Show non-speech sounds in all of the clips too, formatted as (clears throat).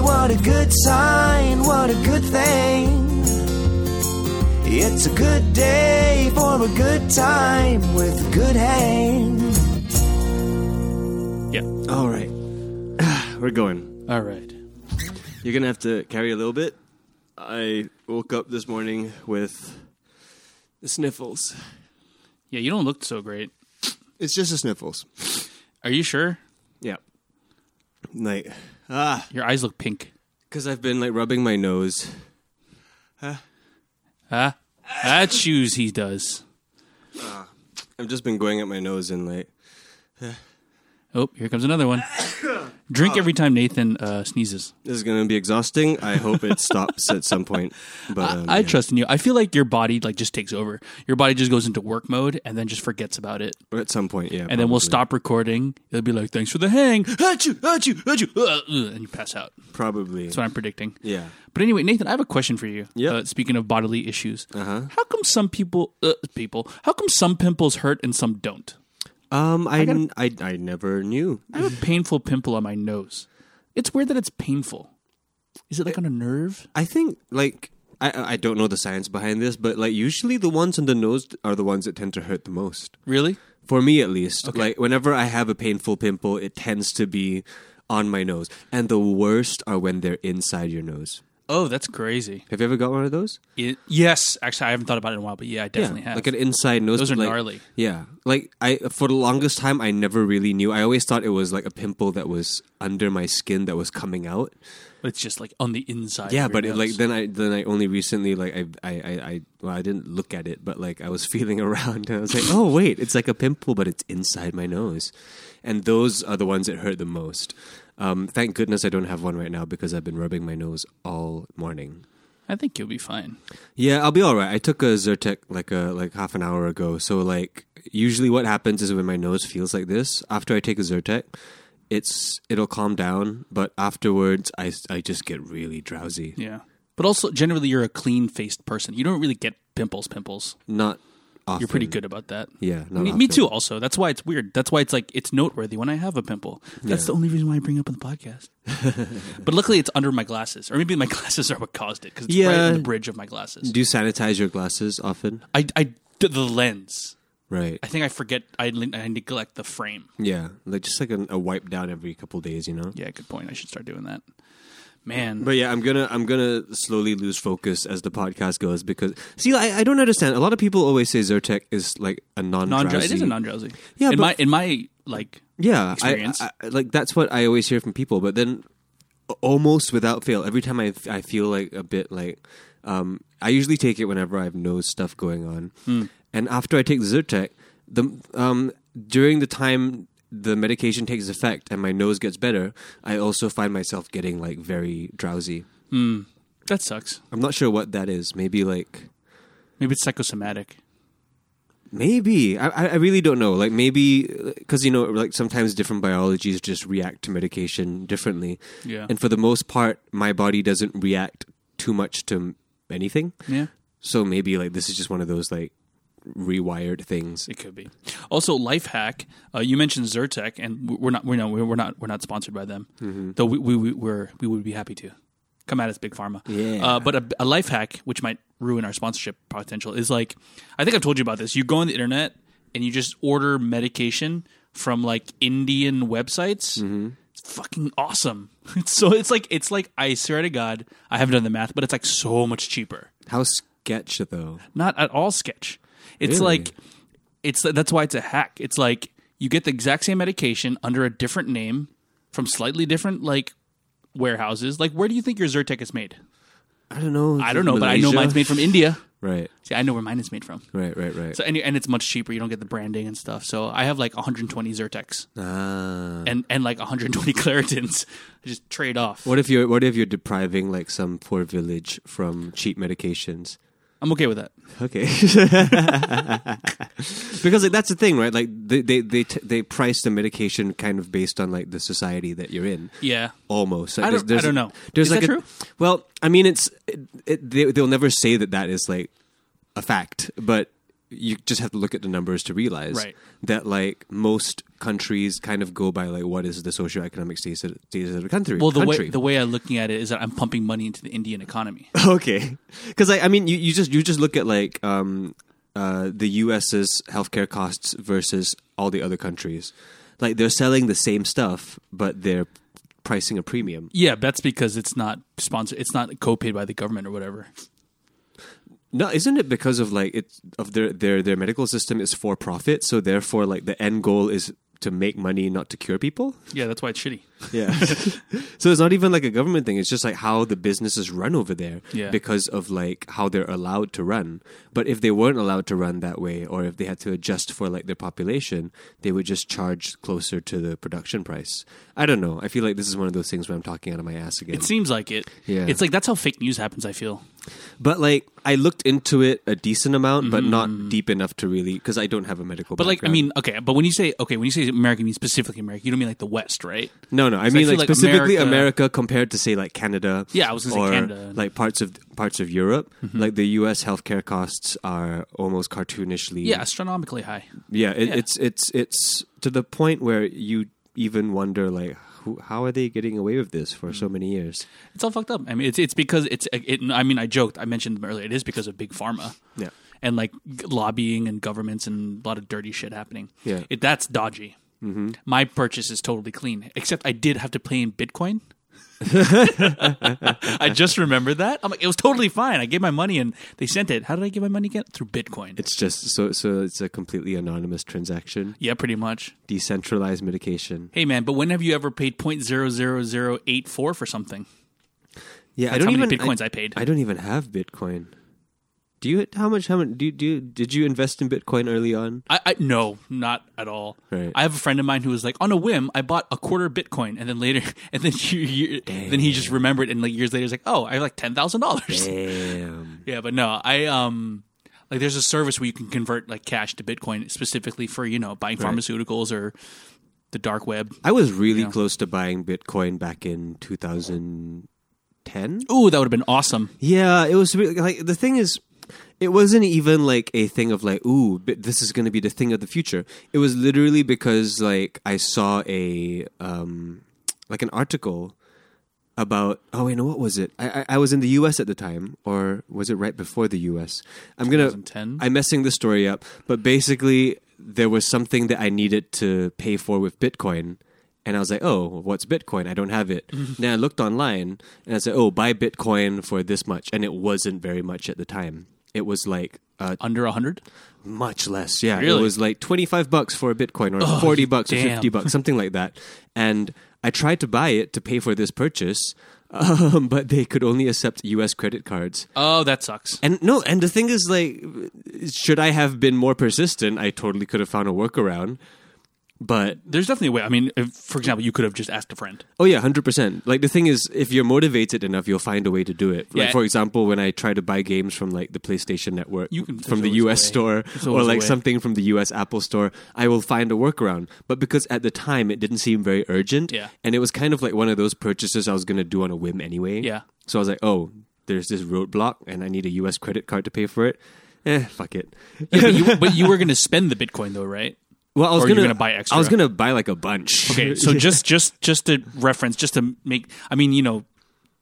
what a good sign, what a good thing. It's a good day for a good time with a good hang. Yeah. All right. (sighs) We're going. All right. You're going to have to carry a little bit. I woke up this morning with the sniffles. Yeah, you don't look so great. It's just the sniffles. Are you sure? Yeah. Like, ah, Your eyes look pink. because I've been like rubbing my nose. Huh? That shoes he does. I've just been going at my nose and like, Oh, here comes another one. (coughs) Drink every time Nathan uh, sneezes. this is going to be exhausting. I hope it stops at some point. But (laughs) um, I yeah. trust in you. I feel like your body like just takes over. Your body just goes into work mode and then just forgets about it. Or uh, at some point, yeah. And then we'll probably. stop recording. It'll be like, "Thanks for the hang." Achoo, achoo, achoo, uh, uh," and you pass out. Probably. That's what I'm predicting. yeah. But anyway, Nathan, I have a question for you. Yep. Uh, speaking of bodily issues, uh-huh. how come some people uh, people how come some pimples hurt and some don't? Um, I, n- I, I never knew. I have a painful pimple on my nose. It's weird that it's painful. Is it like on a nerve? I think like I I don't know the science behind this, but like usually the ones on the nose are the ones that tend to hurt the most. Really? For me at least. Like whenever I have a painful pimple, it tends to be on my nose. And the worst are when they're inside your nose. Oh, that's crazy. Have you ever got one of those? It, yes, actually, I haven't thought about it in a while, but yeah, I definitely have. Like an inside nose. Those are like- gnarly. Yeah. Like I for the longest time I never really knew. I always thought it was like a pimple that was under my skin that was coming out. But it's just like on the inside. yeah of your but it, like nose. then i then i only recently like I, I i i well i didn't look at it but like i was (laughs) feeling around and i was like oh wait it's like a pimple but it's inside my nose and those are the ones that hurt the most um, thank goodness i don't have one right now because i've been rubbing my nose all morning I think you'll be fine. yeah i'll be all right i took a zyrtec like a like half an hour ago so like usually what happens is when my nose feels like this after i take a zyrtec it's it'll calm down but afterwards i i just get really drowsy Yeah. But also, generally, you're a clean faced person. You don't really get pimples, pimples. not often. You're pretty good about that. Yeah, I not mean, me often. too. Also, that's why it's weird. That's why it's like it's noteworthy when I have a pimple. That's the only reason why I bring it up on the (laughs) podcast. but luckily, it's under my glasses, or maybe my (laughs) glasses are what caused it because it's right Yeah. on the bridge of my glasses. Do you sanitize your glasses often? I, I the lens. Right. I think I forget. I, le- I neglect the frame. Yeah, like just like a, a wipe down every couple days, you know. Yeah, good point. I should start doing that. Man, But yeah, I'm gonna I'm gonna slowly lose focus as the podcast goes because see, I, I don't understand. A lot of people always say Zyrtec is like a non non drowsy. It is a non drowsy. Yeah, in but- my in my like yeah I- experience. I, I, like that's what I always hear from people. But then a- almost without fail, every time I I feel like a bit like um, I usually take it whenever I have nose stuff going on, and after I take Zyrtec, the um, during the time the medication takes effect and my nose gets better, I also find myself getting like very drowsy. that sucks. I'm not sure what that is. Maybe like Maybe it's psychosomatic. Maybe I, I I really don't know. Like maybe because you know, like sometimes different biologies just react to medication differently. Yeah. And for the most part, my body doesn't react too much to m- anything. Yeah, So maybe like this is just one of those like rewired things. it could be. Also, life hack. Uh, you mentioned Zyrtec, and w- we're not. We know we're not. We're not sponsored by them, though. We we we, we're, we would be happy to come at us, big pharma. Yeah. Uh, but a, a life hack, which might ruin our sponsorship potential, is like I think I've told you about this. You go on the internet and you just order medication from like Indian websites. It's fucking awesome. (laughs) It's so it's like it's like I swear to God, I haven't done the math, but it's like so much cheaper. How sketch though. Not at all sketch. It's Really? like it's that's why it's a hack. It's like you get the exact same medication under a different name from slightly different like warehouses. Like where do you think your Zyrtec is made? I don't know. I don't know, but I know Malaysia? mine's made from India. Right, See, I know where mine is made from. right, right, right. So and, and it's much cheaper. You don't get the branding and stuff. So I have like 120 Zyrtecs ah. and and like 120 (laughs) Claritins. I just trade off. What if you're What if you're depriving like some poor village from cheap medications? I'm okay with that. Okay, (laughs) because like, that's the thing, right? Like they they they, t- they price the medication kind of based on like the society that you're in. Yeah. Almost. I don't- I don't know. There's Is like that a, true? Well, I mean, it's it, it, they, they'll never say that that is like a fact, but you just have to look at the numbers to realize Right. that like most countries kind of go by like what is the socioeconomic status of, status of the country. Well, the country. way the way I'm looking at it is that I'm pumping money into the Indian economy. (laughs) Okay, because I, I mean, you, you just you just look at like um, uh, the U.S.'s healthcare costs versus all the other countries. Like they're selling the same stuff, but they're pricing a premium. Yeah, that's because it's not sponsored. It's not co-paid by the government or whatever. No, isn't it because of like it's of their their their medical system is for profit, so therefore like the end goal is to make money, not to cure people. Yeah, that's why it's shitty. (laughs) Yeah. so it's not even like a government thing. It's just like how the businesses run over there Yeah. because of like how they're allowed to run. But if they weren't allowed to run that way or if they had to adjust for like their population, they would just charge closer to the production price. I don't know. I feel like this is one of those things where I'm talking out of my ass again. It seems like it. Yeah. It's like that's how fake news happens. I feel. but like I looked into it a decent amount, but not deep enough to really because I don't have a medical Mm-hmm. But like, I background. mean, okay. But when you say okay, when you say American, you mean specifically American. You don't mean like the West, right? No, no. I So I feel mean, like, like specifically America, America- compared to say like Canada. Yeah, I was gonna say or, Canada. Mm-hmm. Like parts of parts of Europe, like the U.S. healthcare costs are almost cartoonishly. Yeah, astronomically high. yeah. It, yeah. It's it's it's to the point where you even wonder like, who, how are they getting away with this for Mm-hmm. so many years? It's all fucked up. I mean, it's it's because it's. It, I mean, I joked. I mentioned them earlier. It is because of big pharma. Yeah. And like g- lobbying and governments and a lot of dirty shit happening. Yeah. It, that's dodgy. Mm-hmm. My purchase is totally clean, except I did have to pay in (laughs) Bitcoin. I just remembered that. I'm like, it was totally fine. I gave my money and they sent it. How did I get my money again? Through Bitcoin. It's just so so. It's a completely anonymous transaction, yeah, pretty much. decentralized medication. Hey man, but when have you ever paid point zero zero zero eight four for something? Yeah, I That's don't how many even bitcoins I paid. I don't even have Bitcoin. Do you? How much? How much? Do you, do? You, did you invest in Bitcoin early on? I, I no, not at all. Right. I have a friend of mine who was like, on a whim, I bought a quarter Bitcoin, and then later, (laughs) and then you, you, then he just remembered, and like years later, he's like, oh, I have like ten thousand dollars. Damn. (laughs) Yeah, but no, I um, like there's a service where you can convert like cash to Bitcoin specifically for you know buying pharmaceuticals or the dark web. I was really close to buying Bitcoin back in 2010. Ooh, that would have been awesome. Yeah, it was really, like the thing is, it wasn't even like a thing of like, ooh, but this is going to be the thing of the future. It was literally because like I saw a um like an article about oh you know what was it I, I I was in the U.S. at the time or was it right before the U.S. I'm gonna 2010? I'm messing this story up but basically there was something that I needed to pay for with Bitcoin and I was like oh what's Bitcoin I don't have it then I looked online and I said oh buy Bitcoin for this much and it wasn't very much at the time it was like uh, Under a hundred. much less. Yeah, it Really? Oh, was like twenty five bucks for a Bitcoin, or forty bucks, or damn. fifty bucks, something like that. And I tried to buy it to pay for this purchase, (laughs) um, but they could only accept U.S. credit cards. Oh, that sucks. And no, and the thing is, like, should I have been more persistent? I totally could have found a workaround. But There's definitely a way. I mean, if, for example, you could have just asked a (laughs) friend. Oh yeah, hundred percent. Like the thing is, if you're motivated enough, you'll find a way to do it. Like Yeah. for example, when I try to buy games from like the PlayStation Network, You can- from the there's always U.S. a way. store, There's or always a like way. something from the U.S. Apple store, I will find a workaround. But because at the time it didn't seem very urgent, Yeah. and it was kind of like one of those purchases I was going to do on a whim anyway. Yeah. So I was like, oh, there's this roadblock, and I need a U.S. credit card to pay for it. Eh, fuck it. but, you, but you were going to spend the Bitcoin though, right? Well, I was Or you're going to gonna buy I was extra. going to buy like a bunch. (laughs) Okay, so just just just to reference, just to make, I mean, you know,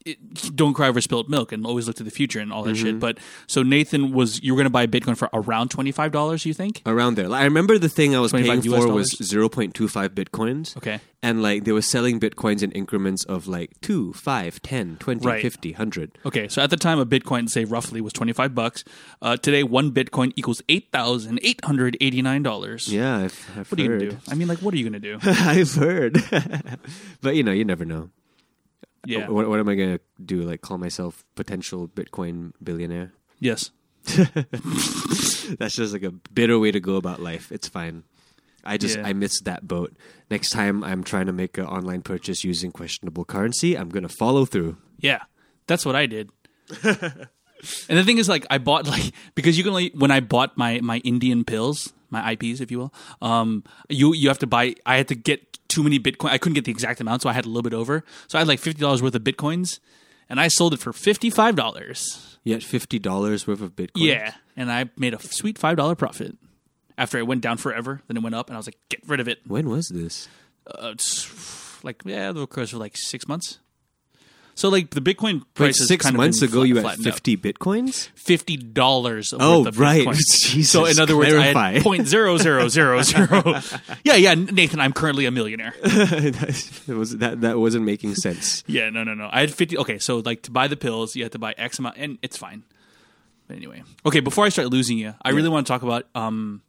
it, don't cry over spilled milk and always look to the future and all that Mm-hmm. shit. But so Nathan was you were going to buy Bitcoin for around twenty five dollars. You think? around there. Like, I remember the thing I was 25 paying US for was dollars? zero point two five bitcoins. Okay. and like they were selling bitcoins in increments of like 2, 5, 10, 20, Right. 50, 100. Okay, so at the time, a Bitcoin, say roughly, was twenty five bucks. Uh, today, one Bitcoin equals eight thousand eight hundred eighty nine dollars. Yeah, I've, I've What are you heard. gonna do? I mean, like, what are you gonna do? (laughs) I've heard, (laughs) but you know, you never know. Yeah. What, what am I gonna do? Like call myself potential Bitcoin billionaire? (laughs) Yes. That's just like a bitter way to go about life. It's fine. I just Yeah. I missed that boat. Next time I'm trying to make an online purchase using questionable currency, I'm gonna follow through. Yeah, that's what I (laughs) did. and the thing is, like, I bought like because you can only when I bought my my Indian pills, my IPs, if you will. Um, you you have to buy. I had to get too many Bitcoin. I couldn't get the exact amount, so I had a little bit over. So I had like fifty dollars worth of bitcoins, and I sold it for fifty five dollars. You had fifty dollars worth of Bitcoin. Yeah, and I made a sweet five dollar profit. After it went down forever, then it went up, and I was like, "Get rid of it." When was this? Uh, it's like yeah, the course for like six months. So like the Bitcoin Wait, price has six kind of months been ago flat- you had flattened out. fifty bitcoins. fifty dollars. Oh, worth of (laughs) right. Bitcoin. Jesus, so in other words, I clarify. had (laughs) point zero zero zero (laughs) zero. yeah, yeah, Nathan, I'm currently a millionaire. that, was, that that wasn't making (laughs) sense. yeah, no, no, no. I had fifty. Okay, so like to buy the pills, you have to buy X amount, and it's fine. But anyway, okay. Before I start losing you, I really want to talk about um,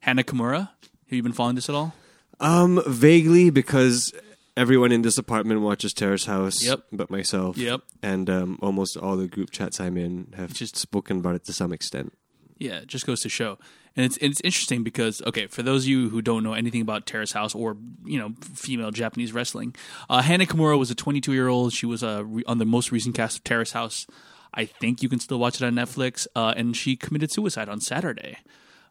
Hannah Kimura. Have you been following this at all? Um, vaguely because everyone in this apartment watches Terrace House. Yep. But myself. Yep. And um, almost all the group chats I'm in have Just- just spoken about it to some extent. Yeah, it just goes to show. And it's it's interesting because okay, for those of you who don't know anything about Terrace House or you know female Japanese wrestling, uh, Hannah Kimura was a 22 year old. She was uh, re- on the most recent cast of Terrace House. I think you can still watch it on Netflix. Uh, and she committed suicide on Saturday,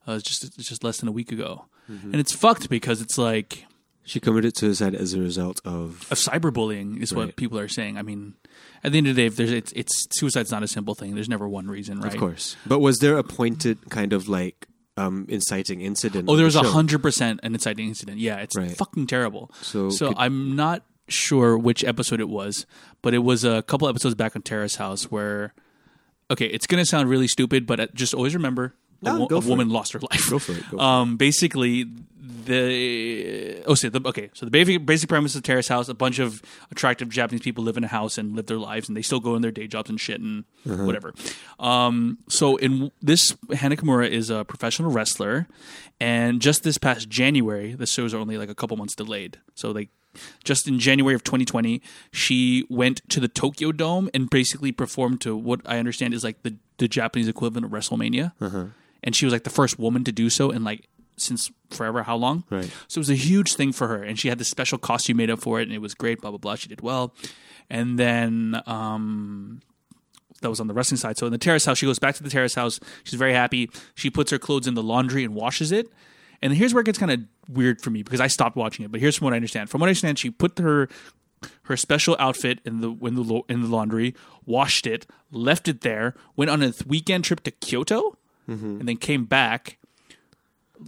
uh, it's just it's just less than a week ago. Mm-hmm. And it's fucked because it's like She committed suicide as a result of. of cyberbullying is what Right. if people are saying. I mean, at the end of the day, if there's it's, it's suicide's not a simple thing. There's never one reason, right? Of course. But was there a pointed kind of like um, inciting incident? Oh, on there was the a show? hundred percent an inciting incident. Yeah, it's Right. fucking terrible. So could- I'm not sure which episode it was, but it was a couple episodes back on Terrace House where. Okay, it's gonna sound really stupid, but uh, just always remember a, No, wo- go a for woman it. lost her life. Go for it, go for um, basically, the oh, so the okay, so the basic basic premise of Terrace House: a bunch of attractive Japanese people live in a house and live their lives, and they still go in their day jobs and shit and Uh-huh. whatever. Um, so in this, Hannah Kimura is a professional wrestler, and just this past January, the shows are only like a couple months delayed, so like just in January of 2020, she went to the Tokyo Dome and basically performed to what I understand is like the, the Japanese equivalent of WrestleMania. Uh-huh. And she was like the first woman to do so in like since forever how long? Right. So it was a huge thing for her. And she had this special costume made up for it and it was great, blah, blah, blah. She did well. And then um, that was on the wrestling side. So in the terrace house, she goes back to the terrace house. She's very happy. She puts her clothes in the laundry and washes it. And here's where it gets kind of weird for me because I stopped watching it. But here's from what I understand. From what I understand, she put her her special outfit in the in the lo- in the laundry, washed it, left it there, went on a th- weekend trip to Kyoto, and then came back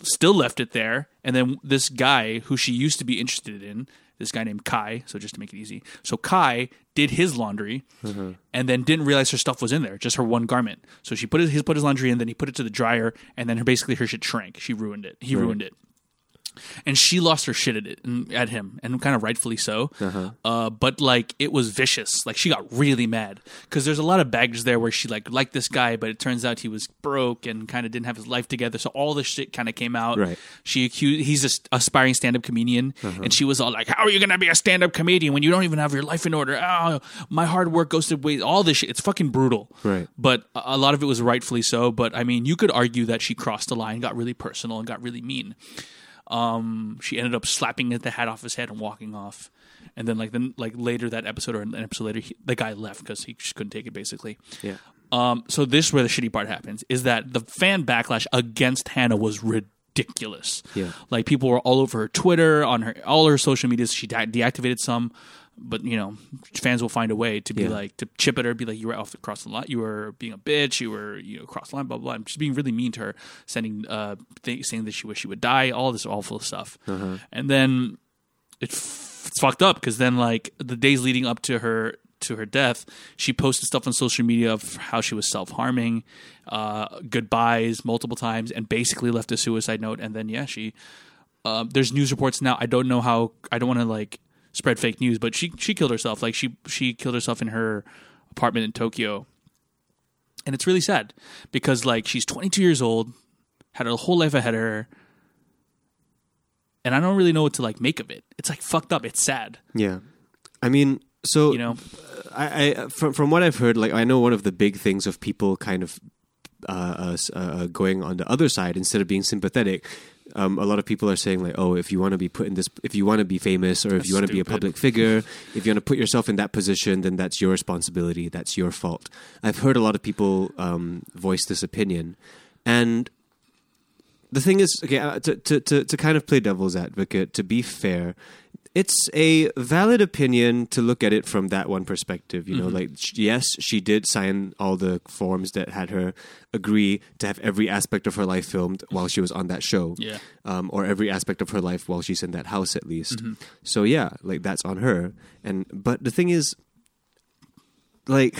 still left it there. And then this guy who she used to be interested in, this guy named Kai, so just to make it easy. So Kai did his laundry and then didn't realize her stuff was in there, just her one garment. So she put his, his put his laundry in, then he put it to the dryer, and then her basically her shit shrank. She ruined it. He ruined it. And she lost her shit at it and at him, and kind of rightfully so. Uh-huh. Uh, but like it was vicious. Like she got really mad because there's a lot of baggage there where she like liked this guy, but it turns out he was broke and kind of didn't have his life together. So all this shit kind of came out. Right. Uh-huh. She accused he's an aspiring stand up comedian, and she was all like, "How are you going to be a stand up comedian when you don't even have your life in order? Oh, my hard work goes to waste. All this shit. It's fucking brutal." Right. But a a lot of it was rightfully so. But I mean, you could argue that she crossed the line, got really personal, and got really mean. Um, she ended up slapping the hat off his head and walking off. And then, like then, like later that episode or an episode later, he, the guy left because he just couldn't take it. Basically, Yeah. um, so this is where the shitty part happens is that the fan backlash against Hannah was ridiculous. Yeah. Like people were all over her Twitter, on her all her social medias. She de- deactivated some, but you know, fans will find a way to be Yeah. like to chip at her, be like, you were off across the line, you were being a bitch, you were you know across the line, blah blah. blah. And she's being really mean to her, sending uh, th- saying that she wished she would die, all this awful stuff, Uh-huh. and then it f- it's fucked up because then like the days leading up to her to her death, she posted stuff on social media of how she was self harming, uh, goodbyes multiple times, and basically left a suicide note. And then yeah, she uh, there's news reports now. I don't know how. I don't want to like spread fake news, but she she killed herself. Like she she killed herself in her apartment in Tokyo, and it's really sad because like she's 22 years old, had her whole life ahead of her, and I don't really know what to like make of it. It's like fucked up. It's sad, Yeah, I mean, so you know. I, I from from what I've heard, like I know one of the big things of people kind of uh, uh, s- uh, uh, going on the other side instead of being sympathetic. Um, a lot of people are saying like, oh, if you want to be put in this, if you want to be famous, or if you want to be a stupid. public figure, if you want to put yourself in that position, then that's your responsibility. That's your fault. I've heard a lot of people um, voice this opinion, and the thing is, okay, uh, to, to, to, to kind of play devil's advocate, to be fair, it's a valid opinion to look at it from that one perspective. You know, like, sh- yes, she did sign all the forms that had her agree to have every aspect of her life filmed while she was on that show. Yeah. Um, or every aspect of her life while she's in that house, at least. So, yeah, like, that's on her. And, but the thing is, like,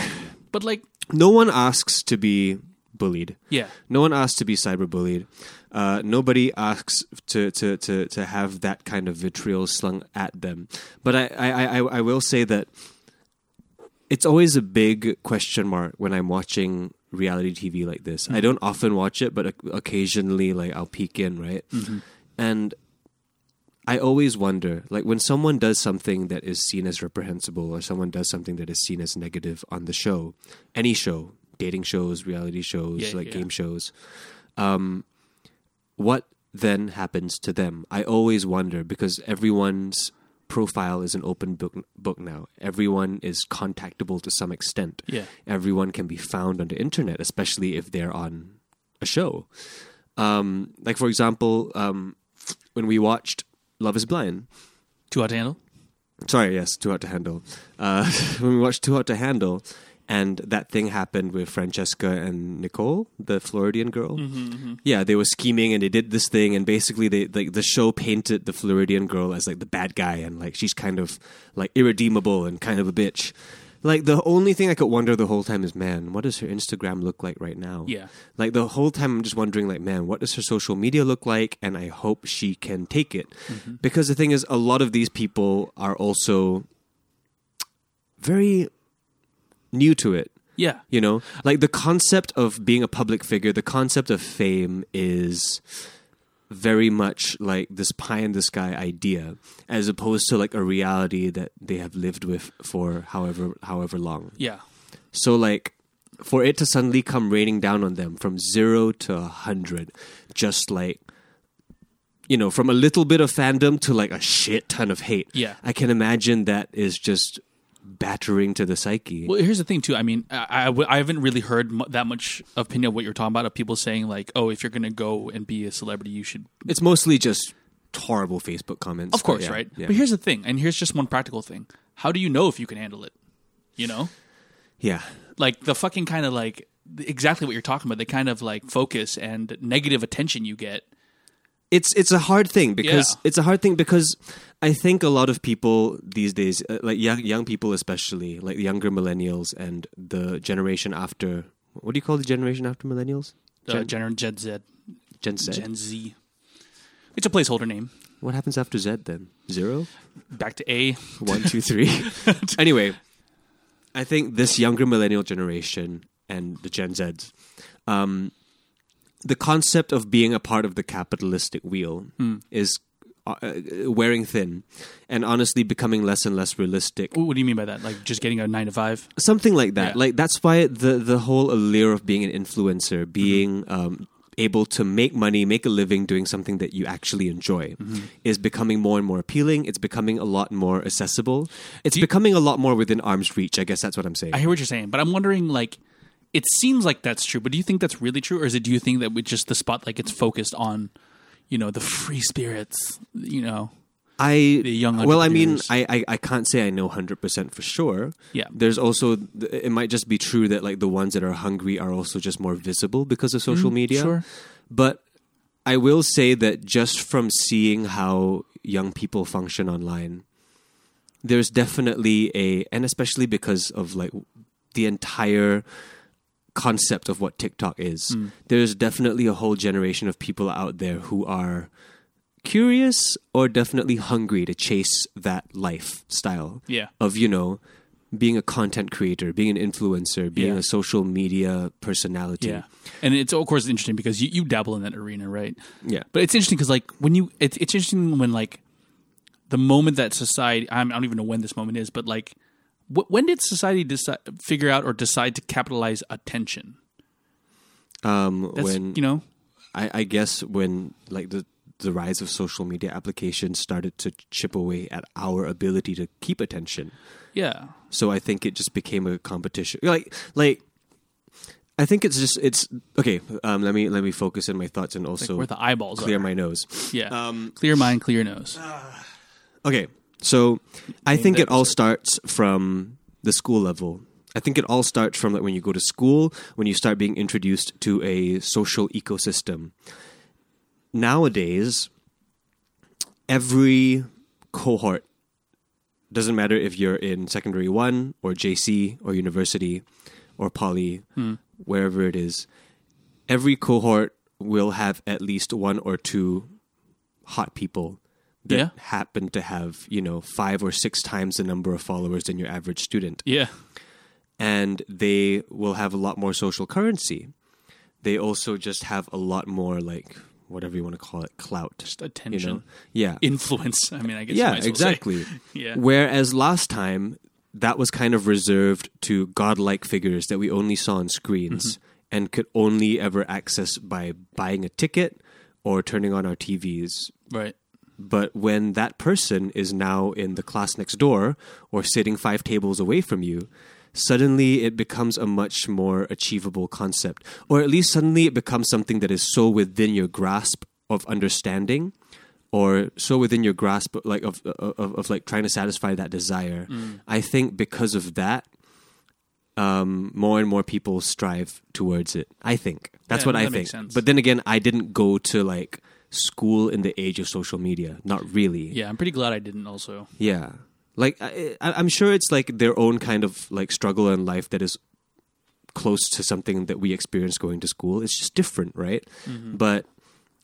But like, no one asks to be bullied. yeah, No one asks to be cyberbullied. Uh, nobody asks to, to, to, to have that kind of vitriol slung at them. But I, I, I, I will say that it's always a big question mark when I'm watching reality TV like this. I don't often watch it, but o- occasionally, like I'll peek in, right? Mm-hmm. And I always wonder, like when someone does something that is seen as reprehensible, or someone does something that is seen as negative on the show, any show, dating shows, reality shows, Yeah, like yeah. game shows, um, what then happens to them? I always wonder because everyone's profile is an open book, book now. Everyone is contactable to some extent. Yeah. Everyone can be found on the internet, especially if they're on a show. Um, like for example, um, when we watched Love Is Blind, too hot to handle. sorry, yes, Too Hot to Handle. Uh, (laughs) when we watched Too Hot to Handle, and that thing happened with Francesca and Nicole, the Floridian girl. Yeah, they were scheming and they did this thing, and basically, they like the show painted the Floridian girl as like the bad guy, and like she's kind of like irredeemable and kind of a bitch. Like the only thing I could wonder the whole time is, man, what does her Instagram look like right now? Yeah. Like the whole time, I'm just wondering, like, man, what does her social media look like? And I hope she can take it. Because the thing is, a lot of these people are also very new to it. Yeah, You know, like the concept of being a public figure, the concept of fame is very much like this pie in the sky idea, as opposed to like a reality that they have lived with for however however long. yeah, So like for it to suddenly come raining down on them from zero to a hundred, just like you know, from a little bit of fandom to like a shit ton of hate. Yeah. I can imagine that is just battering to the psyche. Well, here's the thing too. I mean, I I w- I haven't really heard mu that much opinion of what you're talking about of people saying like, "Oh, if you're gonna go and be a celebrity, you should." It's mostly just horrible Facebook comments. Of course, Yeah, right? Yeah. But here's the thing, and here's just one practical thing: How do you know if you can handle it? You know, yeah. like the fucking kind of like exactly what you're talking about. The kind of like focus and negative attention you get. It's it's a hard thing because Yeah. it's a hard thing because I think a lot of people these days, uh, like young young people especially, like the younger millennials and the generation after. What do you call the generation after millennials? Uh, Gen-, Gen Z, Gen Z. Gen Z. It's a placeholder name. What happens after Z then? Zero? Back to A. One, two, three. anyway, I think this younger millennial generation and the Gen Zs, um, the concept of being a part of the capitalistic wheel is uh, uh, wearing thin and honestly becoming less and less realistic What do you mean by that? Like just getting a nine to five? something like that. Yeah. Like that's why the the whole allure of being an Mm-hmm. influencer, being um, able to make money, make a living doing something that you actually enjoy, Mm-hmm. is becoming more and more appealing. It's becoming a lot more accessible. It's becoming a lot more within arm's reach. I guess that's what I'm saying. I hear what you're saying, but I'm wondering like it seems like that's true, but do you think that's really true or is it do you think that with just the spotlight gets focused on you know the free spirits, you know? I the young well, I mean, entrepreneurs. I, I I can't say I know hundred percent for sure. Yeah. there's also it might just be true that like the ones that are hungry are also just more visible because of social media. Mm, sure. but I will say that just from seeing how young people function online, there's definitely a and especially because of like the entire concept of what TikTok is. Hmm. There's definitely a whole generation of people out there who are curious or definitely hungry to chase that lifestyle Yeah. of you know being a content creator, being an influencer, being Yeah. a social media personality. Yeah, and it's of course interesting because you, you dabble in that arena, right? Yeah. But it's interesting because like when you, it's, it's interesting when like the moment that society, I'm, I don't even know when this moment is, but like wh- when did society decide, figure out or decide to capitalize attention? um That's when you know, I, I guess when like the the rise of social media applications started to chip away at our ability to keep attention. yeah, So I think it just became a competition. Like like I think it's just it's okay. Um, let me let me focus in my thoughts and also where the eyeballs clear are. my nose. yeah, Um, clear mind, clear nose. Uh, Okay, so I think that it all starts from the school level. I think it all starts from like when you go to school, when you start being introduced to a social ecosystem. Nowadays, every cohort doesn't matter if you're in secondary one or JC or university or poly, Hmm. wherever it is. Every cohort will have at least one or two hot people that Yeah. happen to have you know five or six times the number of followers than your average student yeah, and they will have a lot more social currency they also just have a lot more like whatever you want to call it clout just attention. yeah influence. I mean, I guess you yeah might as well say. exactly (laughs) Yeah. whereas last time that was kind of reserved to godlike figures that we only saw on screens Mm-hmm. and could only ever access by buying a ticket or turning on our TVs Right. but when that person is now in the class next door or sitting five tables away from you, suddenly it becomes a much more achievable concept. Or at least suddenly it becomes something that is so within your grasp of understanding or so within your grasp like of of, of, of like trying to satisfy that desire. Mm. I think because of that um, more and more people strive towards it. I think that's Yeah, what no, I that think. makes sense. But then again, I didn't go to like school in the age of social media. Not really. Yeah, I'm pretty glad I didn't. Also, Yeah. Like I, I- I'm sure it's like their own kind of like struggle in life that is close to something that we experience going to school. It's just different, right? Mm-hmm. But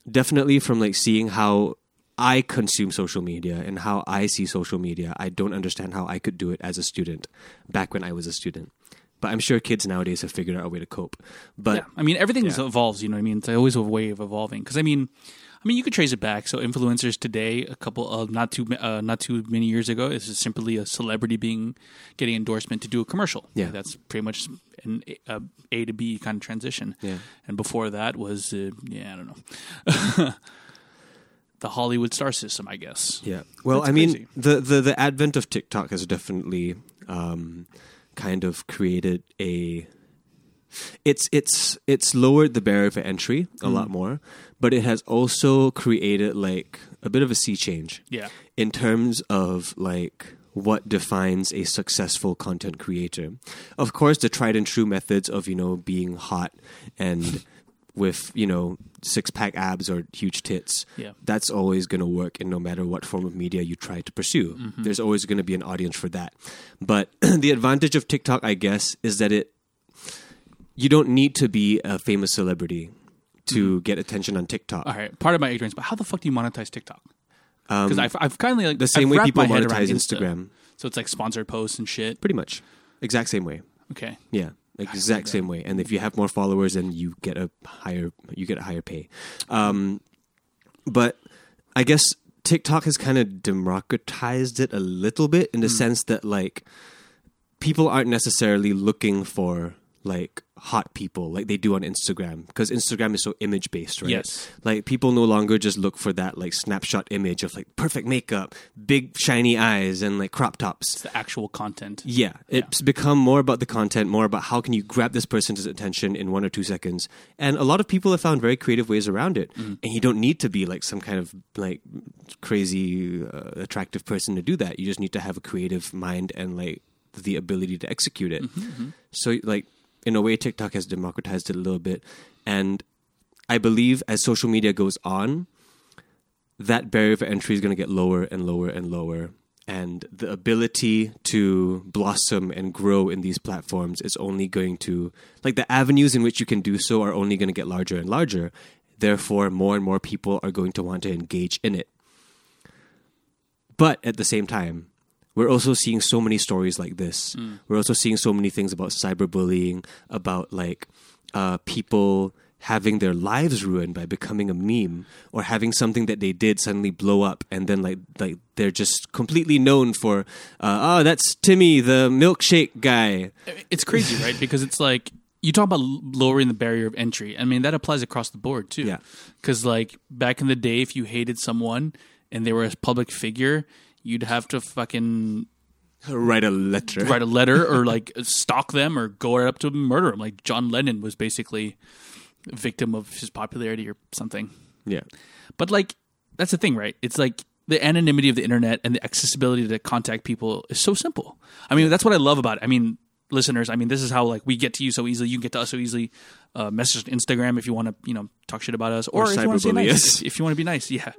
definitely from like seeing how I consume social media and how I see social media, I don't understand how I could do it as a student back when I was a student. But I'm sure kids nowadays have figured out a way to cope. But yeah. I mean, everything Yeah. evolves. You know, what I mean, it's always a way of evolving. Because I mean, I mean, you could trace it back. So influencers today, a couple of not too ma- uh, not too many years ago, is just simply a celebrity being getting endorsement to do a commercial. Yeah. that's pretty much an A, a, a to B kind of transition. Yeah. and before that was uh, yeah, I don't know. (laughs) The Hollywood star system, I guess. Yeah. Well, That's I mean, crazy. the, the the advent of TikTok has definitely um, kind of created a. It's it's it's lowered the barrier for entry Mm. a lot more, but it has also created like a bit of a sea change Yeah. in terms of like what defines a successful content creator. Of course, the tried and true methods of you know being hot and (laughs) with you know six pack abs or huge tits. Yeah. That's always going to work in no matter what form of media you try to pursue. Mm-hmm. There's always going to be an audience for that. But (clears throat) the advantage of TikTok, I guess, is that it you don't need to be a famous celebrity to get attention on TikTok. Mm-hmm. All right, part of my ignorance, but how the fuck do you monetize TikTok? Because I've, I've kindly like Um, The same I've way wrapped people my head around monetize Insta. Instagram, So it's like sponsored posts and shit. pretty much. Exact same way. Okay. Yeah, exact same way. And if you have more followers, then you get a higher you get a higher pay. Um, but I guess TikTok has kind of democratized it a little bit in the sense that like people aren't necessarily looking for like hot people like they do on Instagram because Instagram is so image based, right? Yes. Like people no longer just look for that like snapshot image of like perfect makeup, big shiny eyes, and like crop tops. It's the actual content. Yeah, it's become more about the content, more about how can you grab this person's attention in one or two seconds. And a lot of people have found very creative ways around it. And you don't need to be like some kind of like crazy uh, attractive person to do that. You just need to have a creative mind and like the ability to execute it. So like in a way TikTok has democratized it a little bit and I believe as social media goes on, that barrier for entry is going to get lower and lower and lower and the ability to blossom and grow in these platforms is only going to like the avenues in which you can do so are only going to get larger and larger therefore more and more people are going to want to engage in it but at the same time we're also seeing so many stories like this we're also seeing so many things about cyberbullying about like uh, people having their lives ruined by becoming a meme or having something that they did suddenly blow up and then like like they're just completely known for uh, oh that's timmy the milkshake guy It's crazy, (laughs) right? Because it's like you talk about l- lowering the barrier of entry. I mean, that applies across the board too. Yeah. Because like back in the day, if you hated someone and they were a public figure, you'd have to fucking write a letter write a letter (laughs) or like stalk them or go right up to them and murder them. Like John Lennon was basically a victim of his popularity or something. yeah But like that's the thing, right? It's like the anonymity of the internet and the accessibility to contact people is so simple. I mean, that's what I love about it. I mean, listeners, I mean, this is how like we get to you so easily. You can get to us so easily. Uh, message on Instagram if you want to, you know, talk shit about us, or, if you want to be cyberbully nice. us. If, if you want to be nice, (laughs) yeah.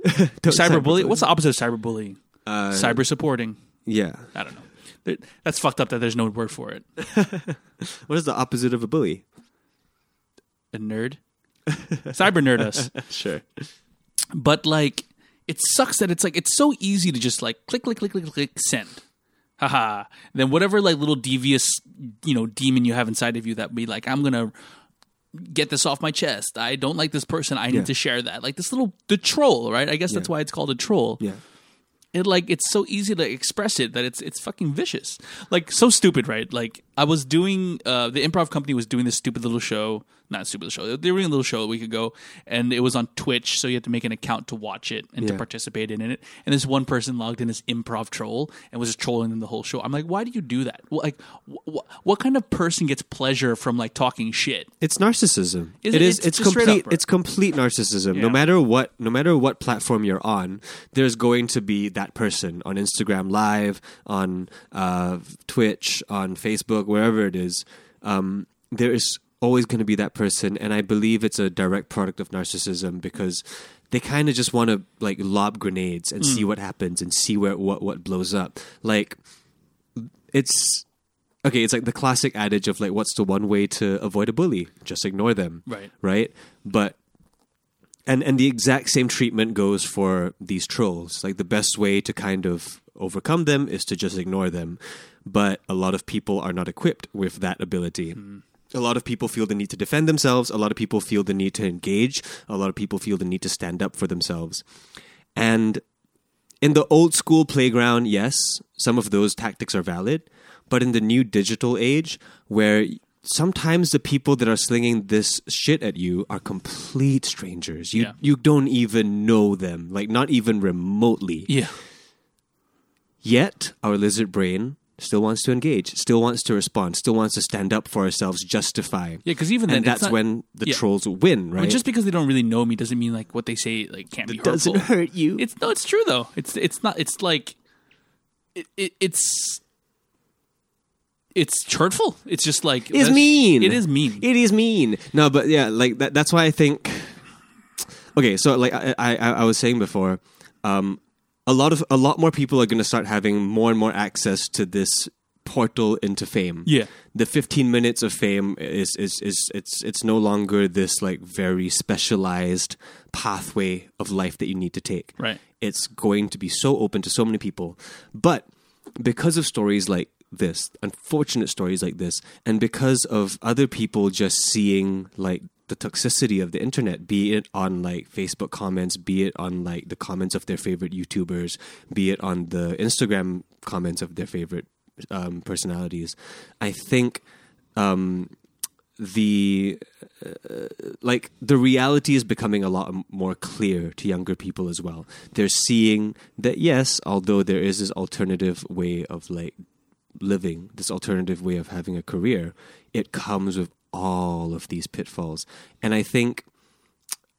cyberbully. What's the opposite of cyberbullying? Uh, Cyber supporting. yeah I don't know. There- That's fucked up that there's no word for it. what is the opposite of a bully A nerd, cyber nerd us. sure but like it sucks that it's like it's so easy to just like click click click click click send haha then whatever like little devious you know demon you have inside of you that be like i'm gonna get this off my chest i don't like this person i need Yeah. to share that like this little the troll right i guess that's why it's called a troll yeah it like it's so easy to express it that it's it's fucking vicious like so stupid right like i was doing uh the improv company was doing this stupid little show not stupid little show they were doing a little show a week ago and it was on twitch so you had to make an account to watch it and to Yeah. participate in it and this one person logged in as improv troll and was just trolling them the whole show i'm like why do you do that Wh- like wh- wh- what kind of person gets pleasure from like talking shit It's narcissism. Is it it- is. it's It's, just straight complete. up, right? It's complete narcissism. No Yeah. matter what, no matter what platform you're on, there's going to be that person on Instagram Live, on uh, Twitch, on Facebook, wherever it is. Um, there is always going to be that person, and I believe it's a direct product of narcissism because they kind of just want to like lob grenades Hmm. and see what happens and see where what what blows up. Like it's okay it's like the classic adage of like what's the one way to avoid a bully just ignore them Right. right but and and the exact same treatment goes for these trolls like the best way to kind of overcome them is to just ignore them but a lot of people are not equipped with that ability a lot of people feel the need to defend themselves a lot of people feel the need to engage a lot of people feel the need to stand up for themselves and in the old school playground, yes, some of those tactics are valid, but in the new digital age, where sometimes the people that are slinging this shit at you are complete strangers. You Yeah. you don't even know them, like not even remotely. yeah Yet our lizard brain still wants to engage, still wants to respond, still wants to stand up for ourselves, justify. yeah because even then and it's that's not- when the yeah. trolls win, But right? just because they don't really know me doesn't mean like what they say like can't be hurtful. doesn't (laughs) hurt you. It's no, it's true though. It's it's not. It's like it, it it's it's hurtful. It's just like is that's- mean. It is mean. It is mean. No, but yeah, like that, that's why I think. Okay, so like I I, I I was saying before, um, a lot of a lot more people are going to start having more and more access to this portal into fame. Yeah. the fifteen minutes of fame is is is it's it's no longer this like very specialized pathway of life that you need to take Right. it's going to be so open to so many people. But because of stories like this, unfortunate stories like this, and because of other people just seeing like the toxicity of the internet, be it on like Facebook comments, be it on like the comments of their favorite YouTubers, be it on the Instagram comments of their favorite um, personalities, I think um, the like the reality is becoming a lot m- more clear to younger people as well. They're seeing that yes, although there is this alternative way of like living, this alternative way of having a career, it comes with all of these pitfalls. And I think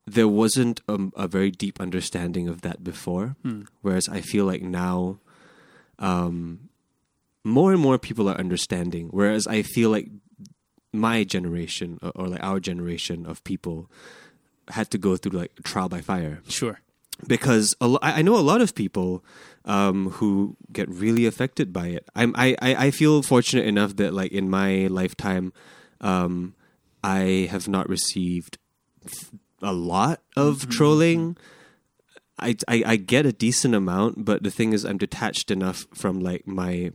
there wasn't a, a very deep understanding of that before, whereas I feel like now um, more and more people are understanding. Whereas I feel like my generation or, or like our generation of people had to go through like trial by fire, Sure. because a lo- I I know a lot of people um, who get really affected by it. I'm, I, I I feel fortunate enough that like in my lifetime, um, I have not received th- a lot of trolling. I, I I get a decent amount, but the thing is, I'm detached enough from like my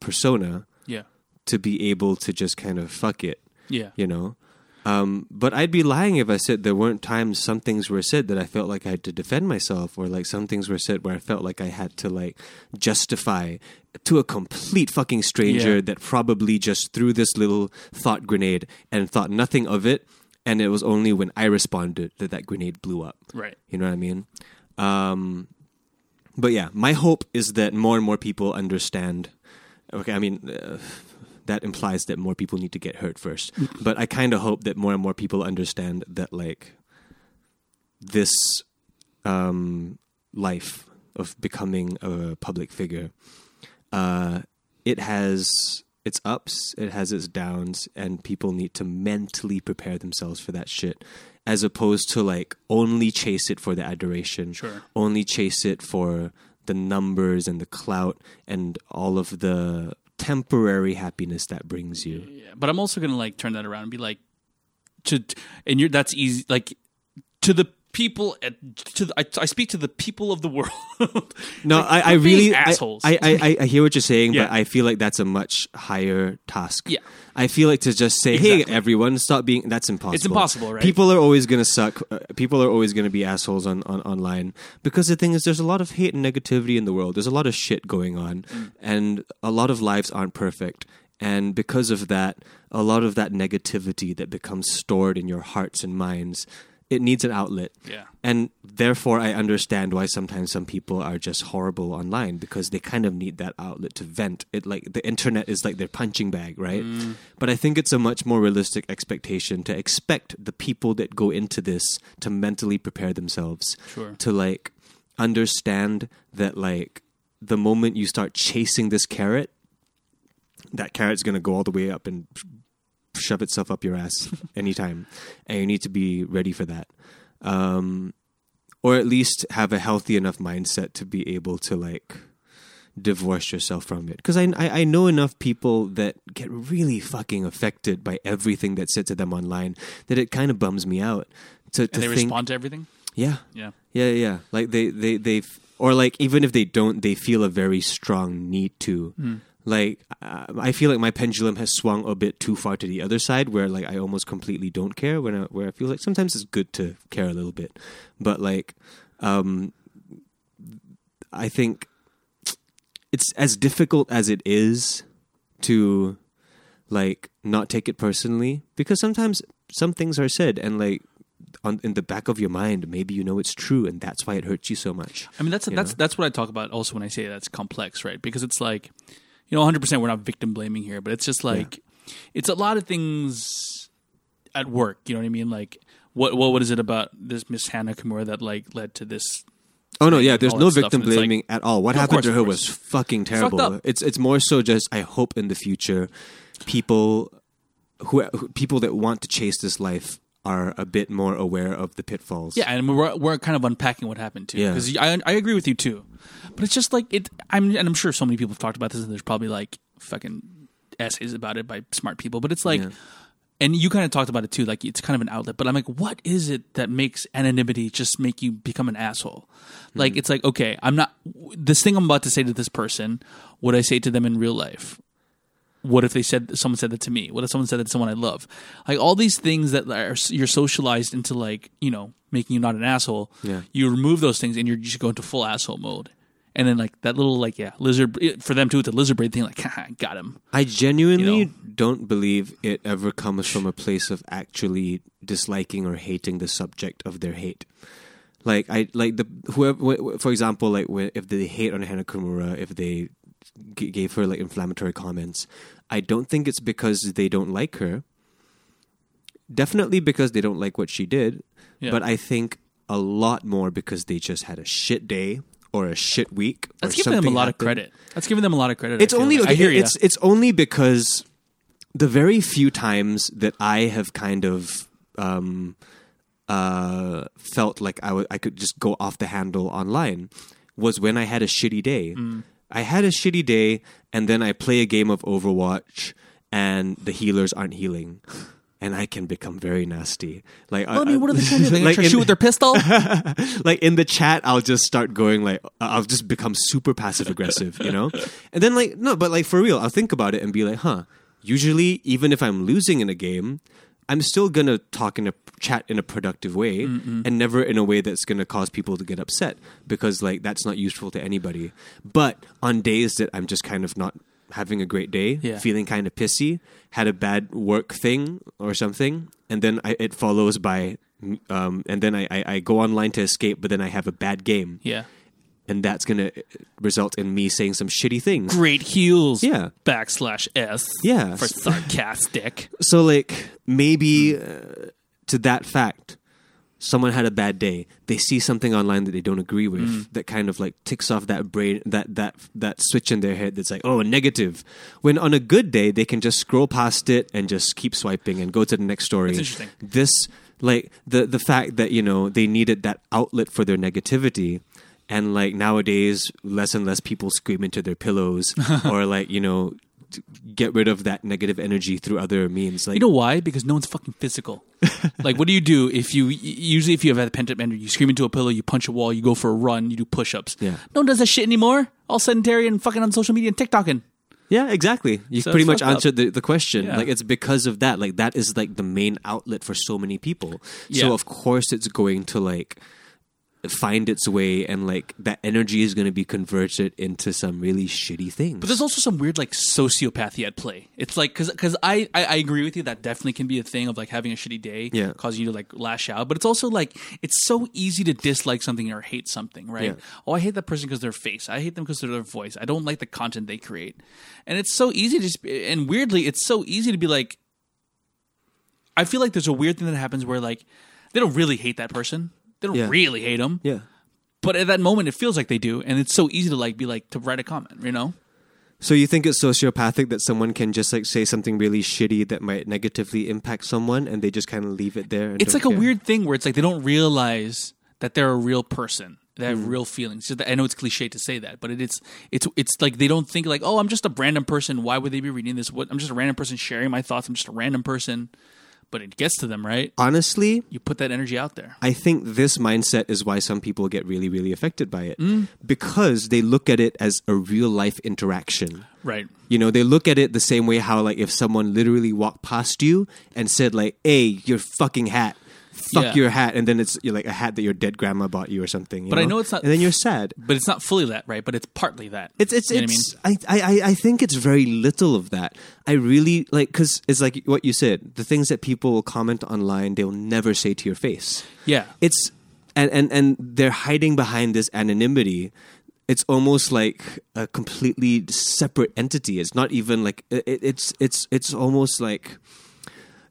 persona Yeah. to be able to just kind of fuck it Yeah. you know. Um, but I'd be lying if I said there weren't times some things were said that I felt like I had to defend myself, or like some things were said where I felt like I had to like justify to a complete fucking stranger Yeah. that probably just threw this little thought grenade and thought nothing of it, and it was only when I responded that that grenade blew up. Right. You know what I mean? Um, but yeah, my hope is that more and more people understand. Okay, I mean, uh, that implies that more people need to get hurt first. but I kind of hope that more and more people understand that, like, this um, life of becoming a public figure, uh, it has its ups, it has its downs, and people need to mentally prepare themselves for that shit, as opposed to like only chase it for the adoration, Sure. only chase it for the numbers and the clout and all of the temporary happiness that brings you. Yeah, but I'm also gonna like turn that around and be like, to and you're that's easy. Like to the people at to the, I, I speak to the people of the world. (laughs) No, Like, I, I quit being really I- assholes. I, I, I, I hear what you're saying, Yeah. but I feel like that's a much higher task. Yeah. I feel like to just say, "Hey, Exactly. everyone, stop being." That's impossible. impossible, right? People are always gonna suck. Uh, people are always gonna be assholes on, on online because the thing is, there's a lot of hate and negativity in the world. There's a lot of shit going on, Mm. and a lot of lives aren't perfect. And because of that, a lot of that negativity that becomes stored in your hearts and minds, it needs an outlet. Yeah. And therefore, I understand why sometimes some people are just horrible online because they kind of need that outlet to vent. It like the internet is like their punching bag, right? But I think it's a much more realistic expectation to expect the people that go into this to mentally prepare themselves Sure. to like understand that like the moment you start chasing this carrot, that carrot's gonna go all the way up and shove itself up (laughs) your ass anytime, and you need to be ready for that, um, or at least have a healthy enough mindset to be able to like divorce yourself from it. Because I, I I know enough people that get really fucking affected by everything that's said to them online that it kind of bums me out. To, to and they think, respond to everything. yeah, Yeah. yeah, yeah. Like they, they, they, f- or like even if they don't, they feel a very strong need to. Like uh, I feel like my pendulum has swung a bit too far to the other side, where like I almost completely don't care. When I, where I feel like sometimes it's good to care a little bit, but like, um, I think it's as difficult as it is to like not take it personally because sometimes some things are said and like on in the back of your mind maybe you know it's true and that's why it hurts you so much I mean, that's that's that's what I talk about also when I say that's complex, right? Because it's like, you know, 100 percent we're not victim blaming here, but it's just like, it's a lot of things at work. You know what I mean? Like, what what what is it about this Miss Hannah Kimura that like led to this? oh no yeah there's all no that stuff, victim and it's like- blaming at all what No, of happened course, to of her was course. fucking terrible up. it's it's more so just i hope in the future people who, who people that want to chase this life are a bit more aware of the pitfalls Yeah, and we're we're kind of unpacking what happened too. Yeah. Because I I agree with you too, but it's just like it. I'm and I'm sure so many people have talked about this, and there's probably like fucking essays about it by smart people. But it's like. And you kind of talked about it too, like it's kind of an outlet. But I'm like, what is it that makes anonymity just make you become an asshole? Like, it's like, okay, I'm not this thing I'm about to say to this person. Would I say to them in real life? What if they said someone said that to me? What if someone said that to someone I love? Like all these things that are you're socialized into, like you know, making you not an asshole. Yeah. You remove those things and you're just going into full asshole mode. And then like that little like yeah lizard eh, for them too with the lizard braid thing like (laughs) haha, got him I genuinely You know? don't believe it ever comes from a place of actually disliking or hating the subject of their hate. Like I like the whoever wh- for example like wh- if they hate on Hannah Kimura if they g- gave her like inflammatory comments, I don't think it's because they don't like her. Definitely because they don't like what she did, Yeah. but I think a lot more because they just had a shit day or a shit week. or that's giving them a something lot of happened. credit that's giving them a lot of credit I It's feel only like. okay, I hear you it's it's only because the very few times that I have kind of um, uh, felt like I wa- I could just go off the handle online was when I had a shitty day. Mm. I had a shitty day, and then I play a game of Overwatch, and the healers aren't healing. And I can become very nasty. Like, I mean, (laughs) what are they trying to do? They're gonna try like to in- shoot with their pistol? like in the chat i'll just start going like i'll just become super passive aggressive you know and then like no but like for real i'll think about it and be like huh usually even if i'm losing in a game i'm still gonna talk in a chat in a productive way and never in a way that's gonna cause people to get upset because like that's not useful to anybody but on days that i'm just kind of not having a great day Yeah. feeling kind of pissy had a bad work thing or something and then I, it follows by um, and then I, I, I go online to escape, but then I have a bad game, (laughs) yeah. and that's gonna uh, result in me saying some shitty things. Great heels. Yeah. Backslash S. Yeah. For sarcastic. So like Mm. maybe uh, to that fact, someone had a bad day. They see something online that they don't agree with, Mm. that kind of like ticks off that brain that that that switch in their head that's like oh negative. When on a good day, they can just scroll past it and just keep swiping and go to the next story. That's interesting. This like the the fact that you know they needed that outlet for their negativity. And like nowadays, less and less people scream into their (laughs) pillows, or like you know, t- get rid of that negative energy through other means. Like You know why? Because no one's fucking physical. like, what do you do if you y- usually if you have had pent up energy, you scream into a pillow, you punch a wall, you go for a run, you do push ups. Yeah. No one does that shit anymore. All sedentary and fucking on social media and TikToking. Yeah, exactly. You So pretty it's much fucked up. answered the, the question. Yeah. Like it's because of that. Like that is like the main outlet for so many people. Yeah. So of course it's going to like find its way and like that energy is going to be converted into some really shitty things. But there's also some weird like sociopathy at play. It's like because I, I I agree with you that definitely can be a thing of like having a shitty day, Yeah. causing you to like lash out. But it's also like it's so easy to dislike something or hate something, right? Yeah. Oh, I hate that person because their face. I hate them because of their voice. I don't like the content they create, and it's so easy to just and weirdly, it's so easy to be like. I feel like there's a weird thing that happens where like they don't really hate that person. They don't Yeah. really hate them, yeah. but at that moment it feels like they do, and it's so easy to like be like to write a comment, you know. So you think it's sociopathic that someone can just like say something really shitty that might negatively impact someone and they just kind of leave it there? and it's don't like a care? weird thing where it's like they don't realize that they're a real person. They have Mm-hmm. real feelings. So I know it's cliche to say that, but it- it's it's it's like they don't think like, oh, I'm just a random person. Why would they be reading this? What I'm just a random person sharing my thoughts. I'm just a random person, but it gets to them, right? Honestly, You put that energy out there. I think this mindset is why some people get really, really affected by it Mm. because they look at it as a real life interaction. Right. You know, they look at it the same way how, like, if someone literally walked past you and said, like, hey, your fucking hat. Fuck Yeah. your hat. And then it's you're like a hat that your dead grandma bought you or something. you But I know it's not- And then you're sad. But it's not fully that, right? But it's partly that. It's it's You know what it's I, I I I think it's very little of that. I really like because it's like what you said. The things that people will comment online, they'll never say to your face. Yeah. it's and and and they're hiding behind this anonymity. It's almost like a completely separate entity. It's not even like it, it's it's it's almost like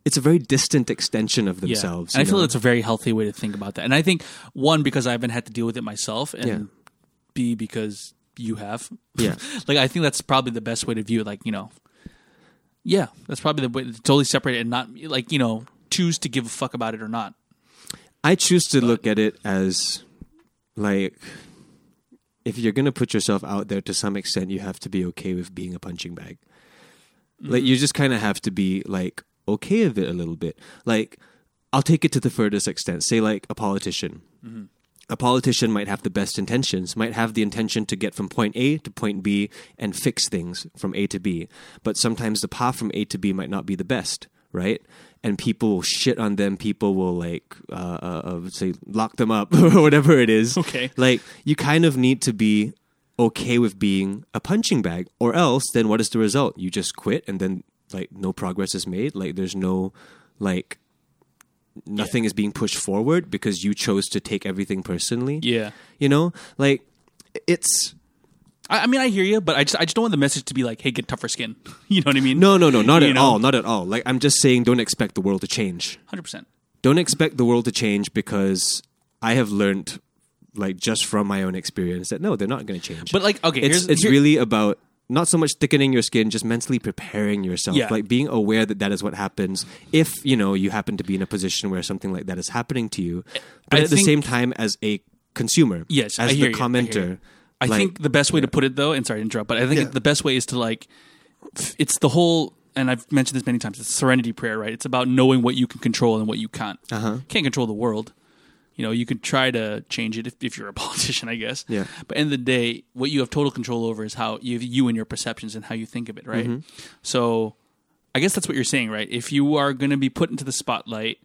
it's a very distant extension of themselves. And I you feel know? it's a very healthy way to think about that. And I think one because I haven't had to deal with it myself, and Yeah. B because you have. Yeah. (laughs) like I think that's probably the best way to view it. Like you know, yeah, that's probably the way to totally separate it and not like you know choose to give a fuck about it or not. I choose to look at it as like if you're going to put yourself out there to some extent, you have to be okay with being a punching bag. Like you just kind of have to be like okay with it a little bit. Like I'll take it to the furthest extent. Say like a politician. A politician might have the best intentions, might have the intention to get from point A to point B and fix things from A to B. But sometimes the path from A to B might not be the best, right? And people will shit on them. People will like uh, uh, uh, say lock them up (laughs) or whatever it is. Okay. Like you kind of need to be okay with being a punching bag, or else then what is the result? You just quit, and then like no progress is made. Like there's no like nothing is being pushed forward because you chose to take everything personally. Yeah. You know, like it's I, I mean, I hear you, but I just I just don't want the message to be like, "Hey, get tougher skin." (laughs) You know what I mean? no, no, no, not You at know? all, not at all. Like I'm just saying, don't expect the world to change. hundred percent. Don't expect the world to change because I have learned, like just from my own experience, that no, they're not going to change. But like, okay, it's here's, it's here- really about not so much thickening your skin, just mentally preparing yourself, Yeah. like being aware that that is what happens if you know you happen to be in a position where something like that is happening to you. But I at the think- same time, as a consumer, Yes, as I hear the you, I hear commenter, you. I like- think the best way to put it, though, and sorry to interrupt, but I think the best way is to like, f- it's the whole, and I've mentioned this many times. It's serenity prayer, right? It's about knowing what you can control and what you can't. Uh-huh. Can't control the world. You know, you could try to change it if, if you're a (laughs) politician, I guess. Yeah. But end of the day, what you have total control over is how you, you and your perceptions and how you think of it, right? Mm-hmm. So, I guess that's what you're saying, right? If you are going to be put into the spotlight,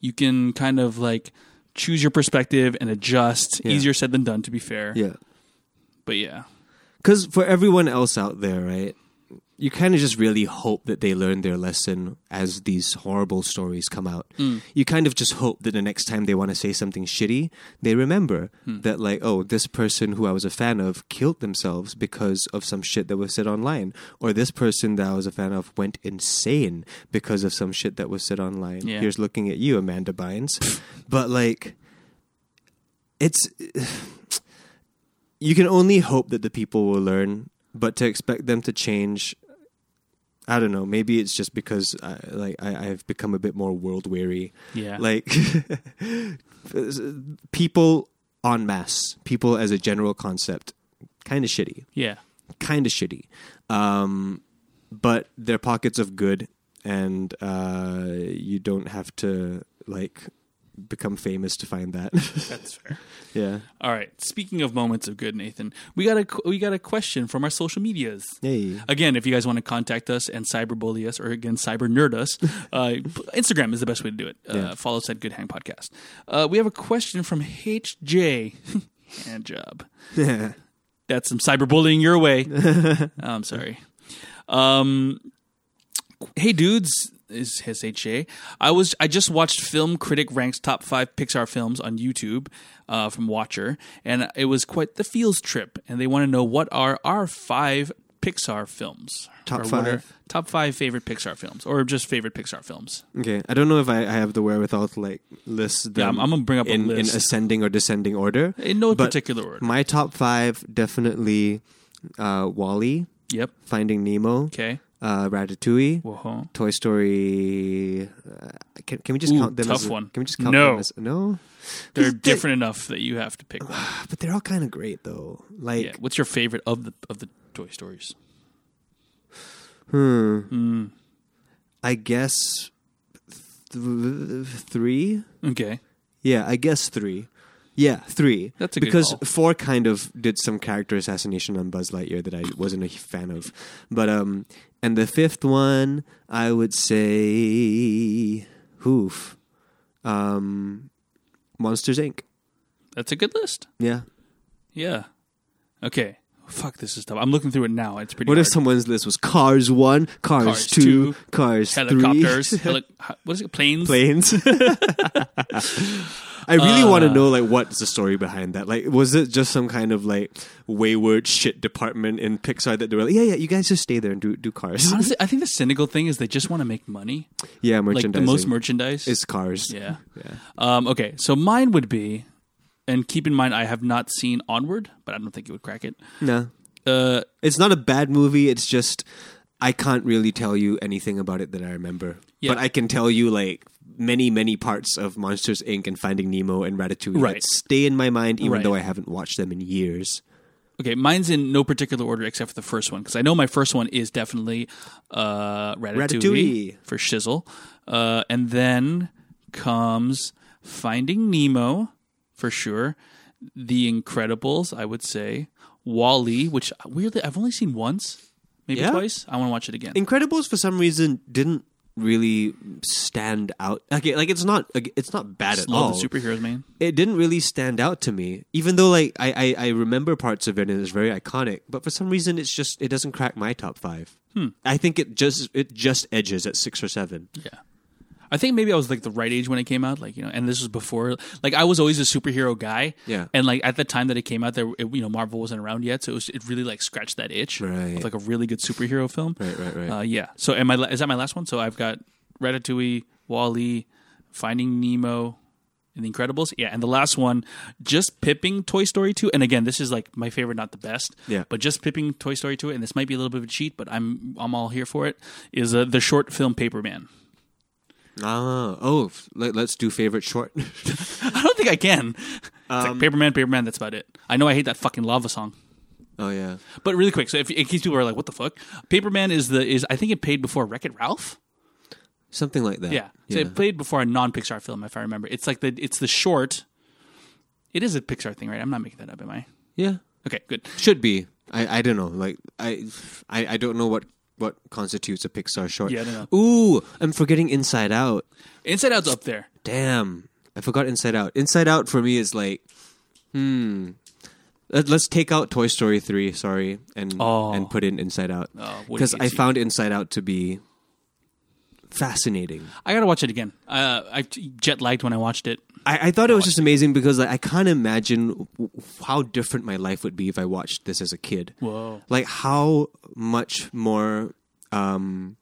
you can kind of like choose your perspective and adjust. Easier said than done, to be fair. yeah, But yeah. because for everyone else out there, right, you kind of just really hope that they learn their lesson as these horrible stories come out. You kind of just hope that the next time they want to say something shitty, they remember that, like, oh, this person who I was a fan of killed themselves because of some shit that was said online, or this person that I was a fan of went insane because of some shit that was said online. Yeah. Here's looking at you, Amanda Bynes. but, like, it's you can only hope that the people will learn, but to expect them to change, I don't know. Maybe it's just because I, like I, I've become a bit more world weary. Yeah. Like (laughs) people en masse, people as a general concept, kind of shitty, yeah. kind of shitty. Um, but they're pockets of good, and uh, you don't have to like become famous to find that. (laughs) That's fair. yeah. All right. Speaking of moments of good, Nathan, we got a we got a question from our social medias. Hey. (laughs) Again, if you guys want to contact us and cyberbully us or again cyber nerd (laughs) us, uh, Instagram is the best way to do it. Uh, Yeah. Follow us at Good Hang Podcast. Uh, we have a question from HJ. (laughs) Hand job. That's some cyberbullying your (laughs) way. Oh, I'm sorry. Um, hey dudes is his HA. I was I just watched Film Critic ranks top five Pixar films on YouTube uh, from Watcher, and it was quite the feels trip. And they want to know what are our five Pixar films? Top Or what are five? top five favorite Pixar films, or just favorite Pixar films? Okay, I don't know if I, I have the wherewithal to like list them. Yeah, I'm- I'm gonna bring up a Um, in, list. in ascending or descending order. In no but particular order. My top five definitely uh, Wally, Yep. Finding Nemo, Okay. uh, Ratatouille, Whoa. Toy Story. Uh, can, can we just Ooh, count them? tough as, one. Can we just count No. them as no? They're Just- different enough that you have to pick one. but they're all kind of great though. Like Yeah. What's your favorite of the of the Toy Stories? I guess th- three. Okay. Yeah, I guess three. Yeah, three. That's a good because call. four kind of did some character assassination on Buzz Lightyear that I wasn't a fan of, but um, and the fifth one I would say, hoof, um, Monsters Inc. That's a good list. Yeah. Yeah. Okay. Fuck, this is tough. I'm looking through it now. It's pretty. What hard. if someone's list was Cars one, Cars, Cars two, two, Cars helicopters? three, heli- (laughs) h- what is it? Planes. planes? (laughs) I really want Uh. to know like what's the story behind that. Like, was it just some kind of like wayward shit department in Pixar that they were like, yeah, yeah, you guys just stay there and do do cars. Honestly, I think the cynical thing is they just want to make money. (laughs) yeah, Like the merchandising most merchandise. is cars. yeah. Um, okay, so mine would be, and keep in mind I have not seen Onward, but I don't think it would crack it. no, Uh, it's not a bad movie. It's just I can't really tell you anything about it that I remember, Yeah. but I can tell you like. Many many parts of Monsters Inc. and Finding Nemo and Ratatouille Right. that stay in my mind, even Right. though I haven't watched them in years. okay, mine's in no particular order except for the first one because I know my first one is definitely uh, Ratatouille, Ratatouille. for Shizzle, uh, and then comes Finding Nemo for sure, The Incredibles, I would say, Wally, which weirdly I've only seen once, maybe Yeah? twice. I want to watch it again. Incredibles for some reason didn't really stand out. Okay, like it's not it's not bad at Love all. the superheroes, man. it didn't really stand out to me, even though like I, I I remember parts of it and it's very iconic. But for some reason, it's just it doesn't crack my top five. Hmm. I think it just it just edges at six or seven. Yeah. I think maybe I was like the right age when it came out, like you know, and this was before. Like I was always a superhero guy, Yeah. And like at the time that it came out, there it, you know Marvel wasn't around yet, so it, was, it really like scratched that itch Right. of like a really good superhero film, Right, right, right. Uh, yeah. So am I? la- Is that my last one? So I've got Ratatouille, Wally, Finding Nemo, in The Incredibles. Yeah, and the last one, just pipping Toy Story 2. And again, this is like my favorite, not the best. Yeah. But just pipping Toy Story 2, and this might be a little bit of a cheat, but I'm I'm all here for it, is uh, the short film Paperman. Ah, oh, f- let, let's do favorite short. (laughs) I don't think I can. It's like Paperman, Paperman, that's about it. I know I hate that fucking lava song. oh yeah, But really quick, so if, in case people are like, what the fuck? Paperman is the, is I think it paid before Wreck It Ralph? something like that. Yeah. So it played before a non Pixar film, if I remember. It's like the it's the short. It is a Pixar thing, right? I'm not making that up, am I? yeah, Okay, good. should be. I, I don't know. Like I, I I don't know what what constitutes a Pixar short. Yeah, I don't Ooh, I'm forgetting Inside Out. Inside Out's up there. Damn, I forgot Inside Out. Inside Out for me is like, hmm. Let, let's take out Toy Story three. Sorry, and Oh. and put in Inside Out Oh, what because do you I see? found Inside Out to be fascinating. I gotta watch it again. Uh, I jet lagged when I watched it. I, I thought it was just amazing because like, I can't imagine w- how different my life would be if I watched this as a kid. Whoa. Like how much more um,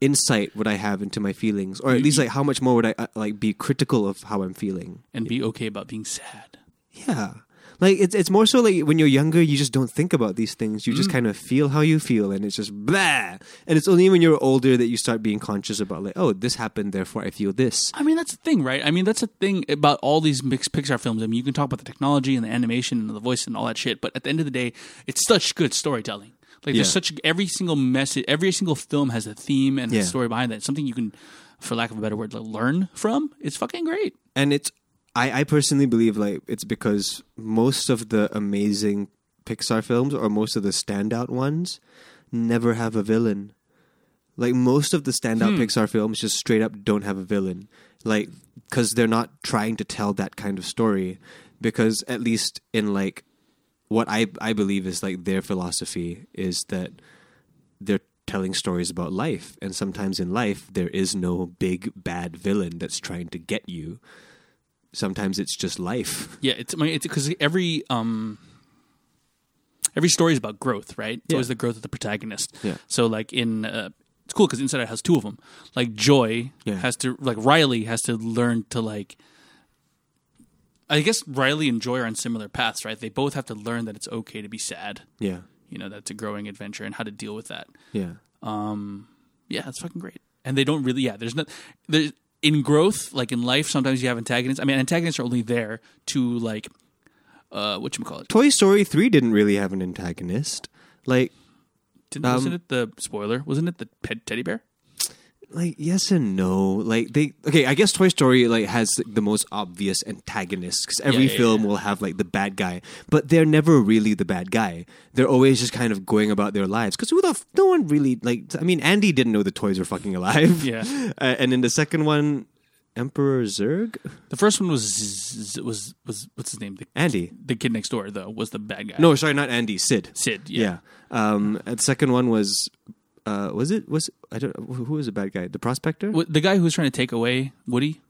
insight would I have into my feelings, or at least like how much more would I uh, like be critical of how I'm feeling? And be okay about being sad. Yeah. Like it's it's more so like when you're younger, you just don't think about these things. You just kind of feel how you feel, and it's just blah. And it's only when you're older that you start being conscious about like, oh, this happened, therefore I feel this. I mean, that's the thing, right? I mean, that's the thing about all these mixed Pixar films. I mean, you can talk about the technology and the animation and the voice and all that shit, but at the end of the day, it's such good storytelling. Like, there's Yeah. such every single message, every single film has a theme and Yeah. a story behind that. It's something you can, for lack of a better word, like, learn from. It's fucking great. and it's I, I personally believe like it's because most of the amazing Pixar films or most of the standout ones never have a villain. Like most of the standout Pixar films just straight up don't have a villain. Like cuz they're not trying to tell that kind of story because at least in like what I I believe is like their philosophy is that they're telling stories about life and sometimes in life there is no big bad villain that's trying to get you sometimes it's just (laughs) life Yeah, it's I mean, it's because every um every story is about growth, right? It's Yeah. always the growth of the protagonist. Yeah. So like in uh, it's cool because Inside Out has two of them. Like Joy Yeah. has to like Riley has to learn to like. I guess Riley and Joy are on similar paths, right? They both have to learn that it's okay to be sad. yeah You know, that's a growing adventure and how to deal with that. yeah Yeah, that's fucking great. And they don't really. Yeah, there's not. There's in growth, like in life, sometimes you have antagonists. I mean, antagonists are only there to like, uh, what you call it? toy story 3 didn't really have an antagonist like Didn't, Um, wasn't it the spoiler? Wasn't it the pet teddy bear? like yes and no like they okay i guess toy story like has the most obvious antagonist because every Yeah, yeah, film will have like the bad guy but they're never really the bad guy they're always just kind of going about their lives because who the f- no one really like i mean andy didn't know the toys were fucking alive Yeah. (laughs) uh, and in the second one emperor zurg The first one was Z- Z- was was what's his name? The, andy the kid next door though was the bad guy. Eh? no sorry not andy sid Sid. Yeah. yeah, um and the second one was uh was it was i don't who who was the bad guy the prospector Wh- The guy who was trying to take away Woody,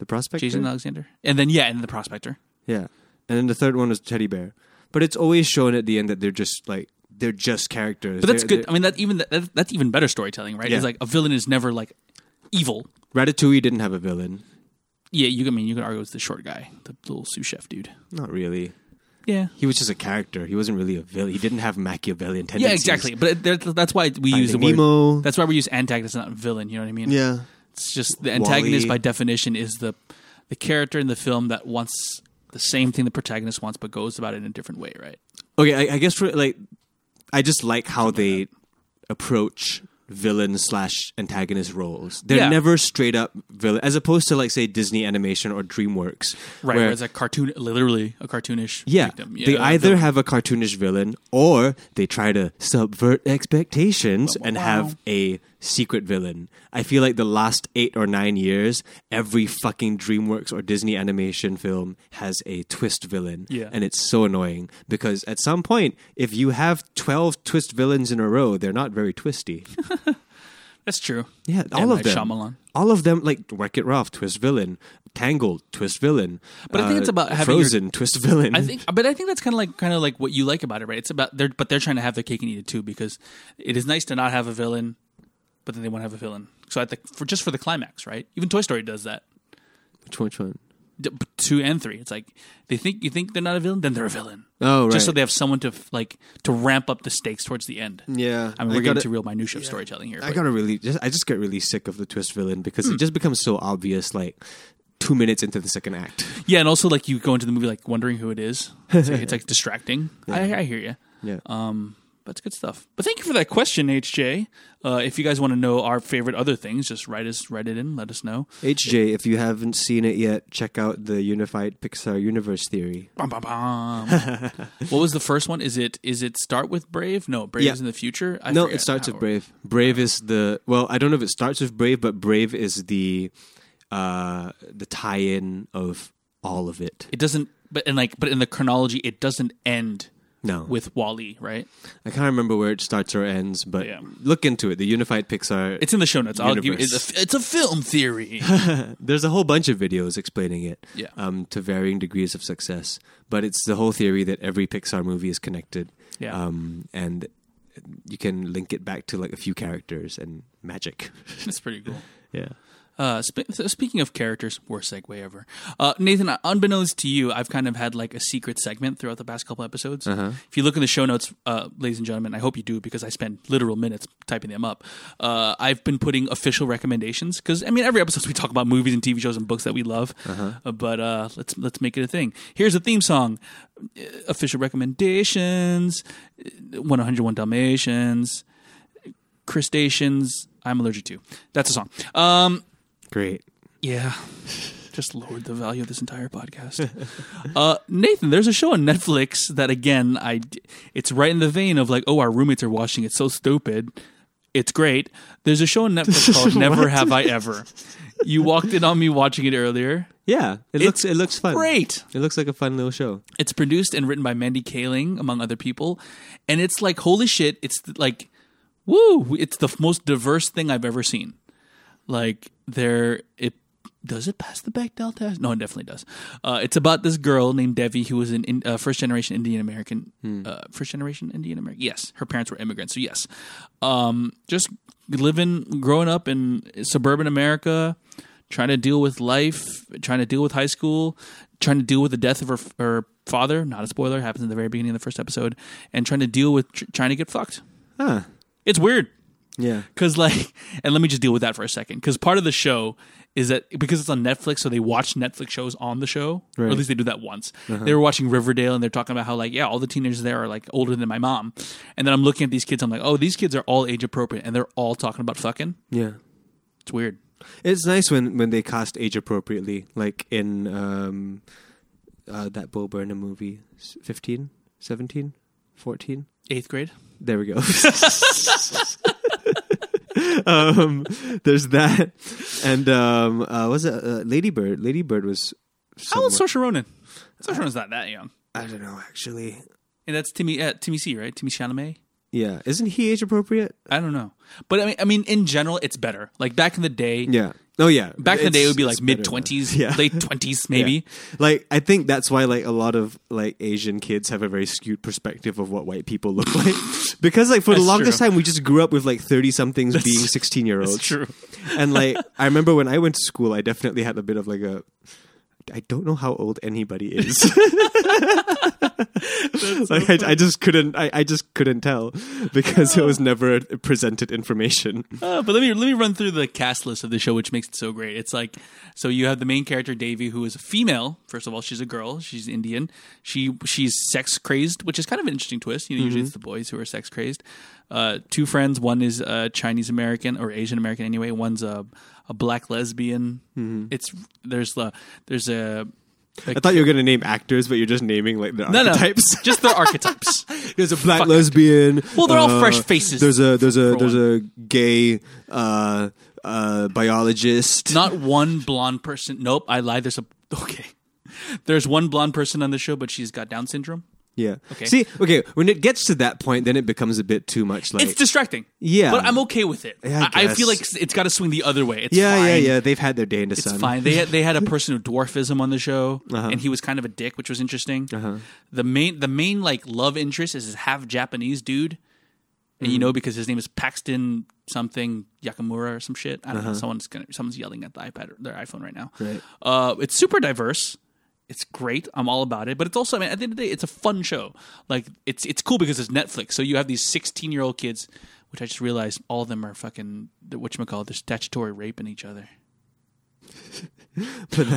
the prospector Jason Alexander, and then yeah, and the prospector. Yeah. And then the third one is teddy bear. But it's always shown at the end that they're just like they're just characters. But that's They're- good. I mean, that even that, that's even better storytelling, right? Yeah. It's like a villain is never like evil. they're- Ratatouille didn't have a villain. Yeah, you. can- I mean, you can argue it's the short guy, the little sous chef dude. Not really. Yeah. He was just a character. He wasn't really a villain. He didn't have Machiavellian tendencies. Yeah, exactly. But it- that- that's why we use the Finding word. Nemo. That's why we use antagonist, not villain. You know what I mean? Yeah. It's just the antagonist by Wall-E. definition is the the character in the film that wants the same thing the protagonist wants but goes about it in a different way, right? Okay, I, I guess for like I just like how they approach villain slash antagonist roles. They're Yeah. never straight up villain as opposed to like say Disney animation or DreamWorks. Right. where- Where, it's a cartoon literally a cartoonish Yeah, victim. they uh, either villain. have a cartoonish villain or they try to subvert expectations and have a secret villain. I feel like the last eight or nine years, every fucking DreamWorks or Disney animation film has a twist villain. Yeah. And it's so annoying because at some point, if you have 12 twist villains in a row, they're not (laughs) very twisty. That's true. Yeah, all and of like them. Shyamalan. All of them, like Wreck It Ralph, twist villain, Tangled, twist villain. Uh, But I think it's about having your- Frozen, twist villain. I think, but I think that's kind of like kind of like what you like about it, right? It's about they're but they're trying to have their cake and eat it too because it is nice to not have a villain, but then they want to have a villain. So I think for just for the climax, right? Even Toy Story does that. Which one? Which one? D- b- two and three. It's like they think you think they're not a villain, then they're a villain. Oh, right. Just so they have someone to f- like to ramp up the stakes towards the end. Yeah. I mean, I we're gotta- getting to real minutia of storytelling here. I but- got to really just I just get really sick of the twist villain because Hmm. it just becomes so obvious like 2 minutes into the (laughs) second act. yeah, and also like you go into the movie like wondering who it is. It's like, it's, like, (laughs) distracting. I, I hear you. Yeah. Um, But it's good stuff. But thank you for that question, HJ. Uh, if you guys want to know our favorite other things, just write us, write it in, let us know. HJ, if you haven't seen it yet, check out the Unified Pixar Universe Theory. Bum, bum, (laughs) bum. what was the first one? Is it is it start with Brave? No, Brave Yeah. is in the future. I no, forget it starts how- with Brave. Brave is the well, I don't know if it starts with Brave, but Brave is the uh the tie-in of all of it. It doesn't, but and like, but in the chronology, it doesn't end No. with Wally, right? I can't remember where it starts or ends, but Yeah. look into it. The Unified Pixar It's in the show notes. I'll give you. Universe. It's a, it's a film theory. there's a whole bunch of videos explaining it Yeah. um, to varying degrees of success but it's the whole theory that every pixar movie is connected Yeah. um, and you can link it back to like a few characters and magic (laughs) it's pretty cool. yeah Uh, sp- so speaking of characters, worst segue ever. Uh, Nathan, unbeknownst to you, I've kind of had like a secret segment throughout the past couple episodes. If you look in the show notes, uh, ladies and gentlemen, I hope you do because I spend literal minutes typing them up. Uh, I've been putting official recommendations because I mean every episode we talk about movies and TV shows and books that we love, uh, but uh, let's let's make it a thing. Here's a theme song, Uh, official recommendations, uh, 101 Dalmatians, crustaceans. I'm allergic to. That's a song. Um, great yeah. Just lowered the value of this entire podcast. (laughs) uh, Nathan, there's a show on Netflix that again, I it's right in the vein of like, oh, our roommates are watching. It's so stupid. It's great. There's a show on Netflix called Never Have I Ever. You walked in on me watching it earlier. yeah it looks it looks fun Great. it looks like a fun little show It's produced and written by Mandy Kaling, among other people, and it's like holy shit. It's like, woo! It's the most diverse thing I've ever seen. Like there, it does it pass the Bechdel test? No, it definitely does. Uh, it's about this girl named Devi who was an in, uh, first generation Indian American. Uh, first generation Indian American. Yes, her parents were immigrants, so yes. Um, just living, growing up in suburban America, trying to deal with life, trying to deal with high school, trying to deal with the death of her, her father. Not a spoiler. Happens in the very beginning of the first episode, and trying to deal with tr- trying to get fucked. huh It's weird. yeah Because like, and let me just deal with that for a second. Because part of the show is that because it's on Netflix, so they watch Netflix shows on the show, or at Right. Uh-huh. least they do that once. They were watching Riverdale, and they're talking about how like, yeah, all the teenagers there are like older than my mom. And then I'm looking at these kids, I'm like, oh, these kids are all age appropriate, and they're all talking about fucking. yeah It's weird. it's nice when when they cast age appropriately like in um uh, that Bo Burnham movie 15 17 14 Eighth grade. There we go. (laughs) um, there's that, and um, uh, was it uh, Ladybird? Ladybird was. How old's somewhat- Saoirse Ronan? Saoirse Ronan's not that young. I don't know actually. And that's Timmy uh, Timmy C, right? Timmy Chalamet. Yeah, isn't he age appropriate? I don't know, but I mean, I mean, in general, it's better. Like back in the day, Yeah. Oh yeah. back in the day, it It's- would be it's like better now. mid twenties, (laughs) Yeah. late twenties, Yeah. maybe. Like I think that's why like a lot of like Asian kids have a very skewed perspective of what white people look (laughs) like because like for the That's longest true. time we just grew up with like 30 somethings being 16 year olds. That's true. (laughs) and like I remember when I went to school, I definitely had a bit of like a. I don't know how old (laughs) anybody is. like I, I just couldn't. I, I just couldn't tell (laughs) because it was never presented information. Uh, but let me let me run through the cast list of the show, which makes it so great. It's like so you have the main character Davy, who is a female. First of all, she's a girl. She's Indian. She she's sex crazed, which is kind of an interesting twist. You know, usually it's the boys who are sex crazed. Uh, two friends. One is uh, Chinese American or Asian American anyway. One's a a black lesbian. It's there's the there's a I thought you were gonna name actors, but you're just naming like the no no (laughs) archetypes. just their archetypes. There's a black Fuck. lesbian. uh, Well, they're all fresh faces, There's a there's a for there's a gay uh, uh, biologist. Not one blonde person. Nope, I lied. There's a okay. There's one blonde person on the show, but she's got Down syndrome. yeah. Okay. See, okay, when it gets to that point, then it becomes a bit too much. Like It's distracting. Yeah. but I'm okay with it. Yeah, I I, I feel like guess. it's got to swing the other way. It's Yeah, fine. yeah, yeah. They've had their day in the It's sun. fine. They had, they had a person with dwarfism on the show, Uh-huh. and he was kind of a dick, which was interesting. The main the main like love interest is this half Japanese dude, and Mm. you know because his name is Paxton something Yakamura or some shit. I don't know. Someone's gonna someone's yelling at the iPad or their iPhone right now. Uh-huh. Right. Uh, it's super diverse. It's great. I'm all about it. But it's also, I mean, at the end of the day, it's a fun show. Like it's it's cool because it's Netflix. So you have these 16 year old kids, which I just realized all of them are fucking what you call they're statutory raping each other.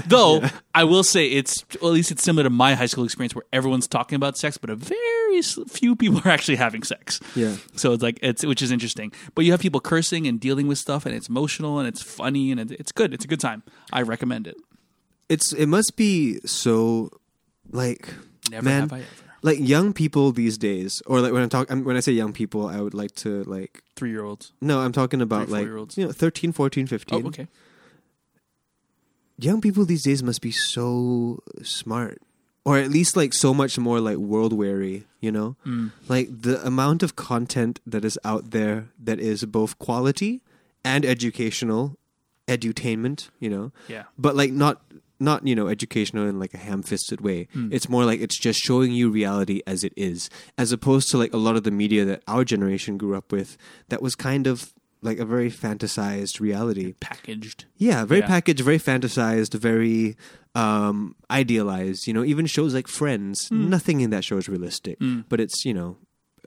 Though I will say it's well, at least it's similar to my high school experience where everyone's talking about sex, but a very s- few people are actually having sex. Yeah. So it's like it's which is interesting. But you have people cursing and dealing with stuff, and it's emotional and it's funny and it- it's good. It's a good time. I recommend it. it's it must be so like Never man, have I ever. like young people these days or like when i talk I'm, when i say young people i would like to like Three year olds. no i'm talking about Three, like four-year-olds. you know 13 14 15 Oh, okay. young people these days must be so smart or at least like so much more like world weary you know like the amount of content that is out there that is both quality and educational edutainment you know Yeah. but like not not you know educational in like a ham-fisted way it's more like it's just showing you reality as it is as opposed to like a lot of the media that our generation grew up with that was kind of like a very fantasized reality Packaged. yeah, very Yeah. packaged, very fantasized, very um, idealized. You know, even shows like Friends, Hmm. nothing in that show is realistic. But it's you know,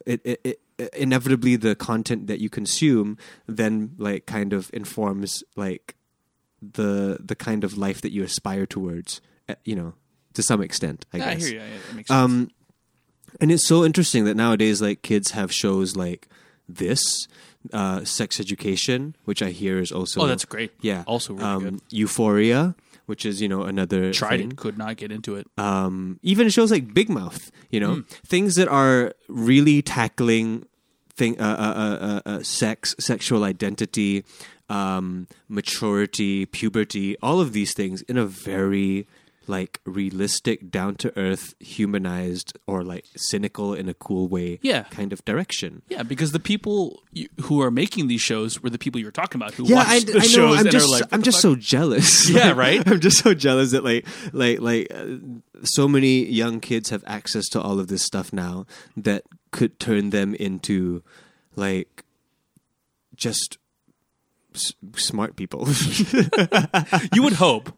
it, it, it inevitably the content that you consume then like kind of informs like the the kind of life that you aspire towards. uh, You know, to some extent, I Yeah, I guess. hear you. Yeah, that makes sense. Um, and it's so interesting that nowadays, like kids have shows like this, uh, Sex Education, which I hear is also oh, that's great. yeah. Also really um, good. Euphoria, which is, you know, another Tried thing. it. Could not get into it. Um even shows like Big Mouth, you Hmm. know, things that are really tackling thing uh, uh, uh, uh, uh, sex, sexual identity, um maturity, puberty, all of these things in a very like realistic, down to earth, humanized or like cynical in a cool way Yeah. kind of direction. Yeah, because the people you, who are making these shows were the people you're talking about who Yeah, watch I, the I know. shows I'm and just, are like, I'm "What the just fuck?" so jealous. (laughs) Yeah, Like, right? I'm just so jealous that like, like, like, uh, so many young kids have access to all of this stuff now that could turn them into, like, just s- smart people. (laughs) you would hope.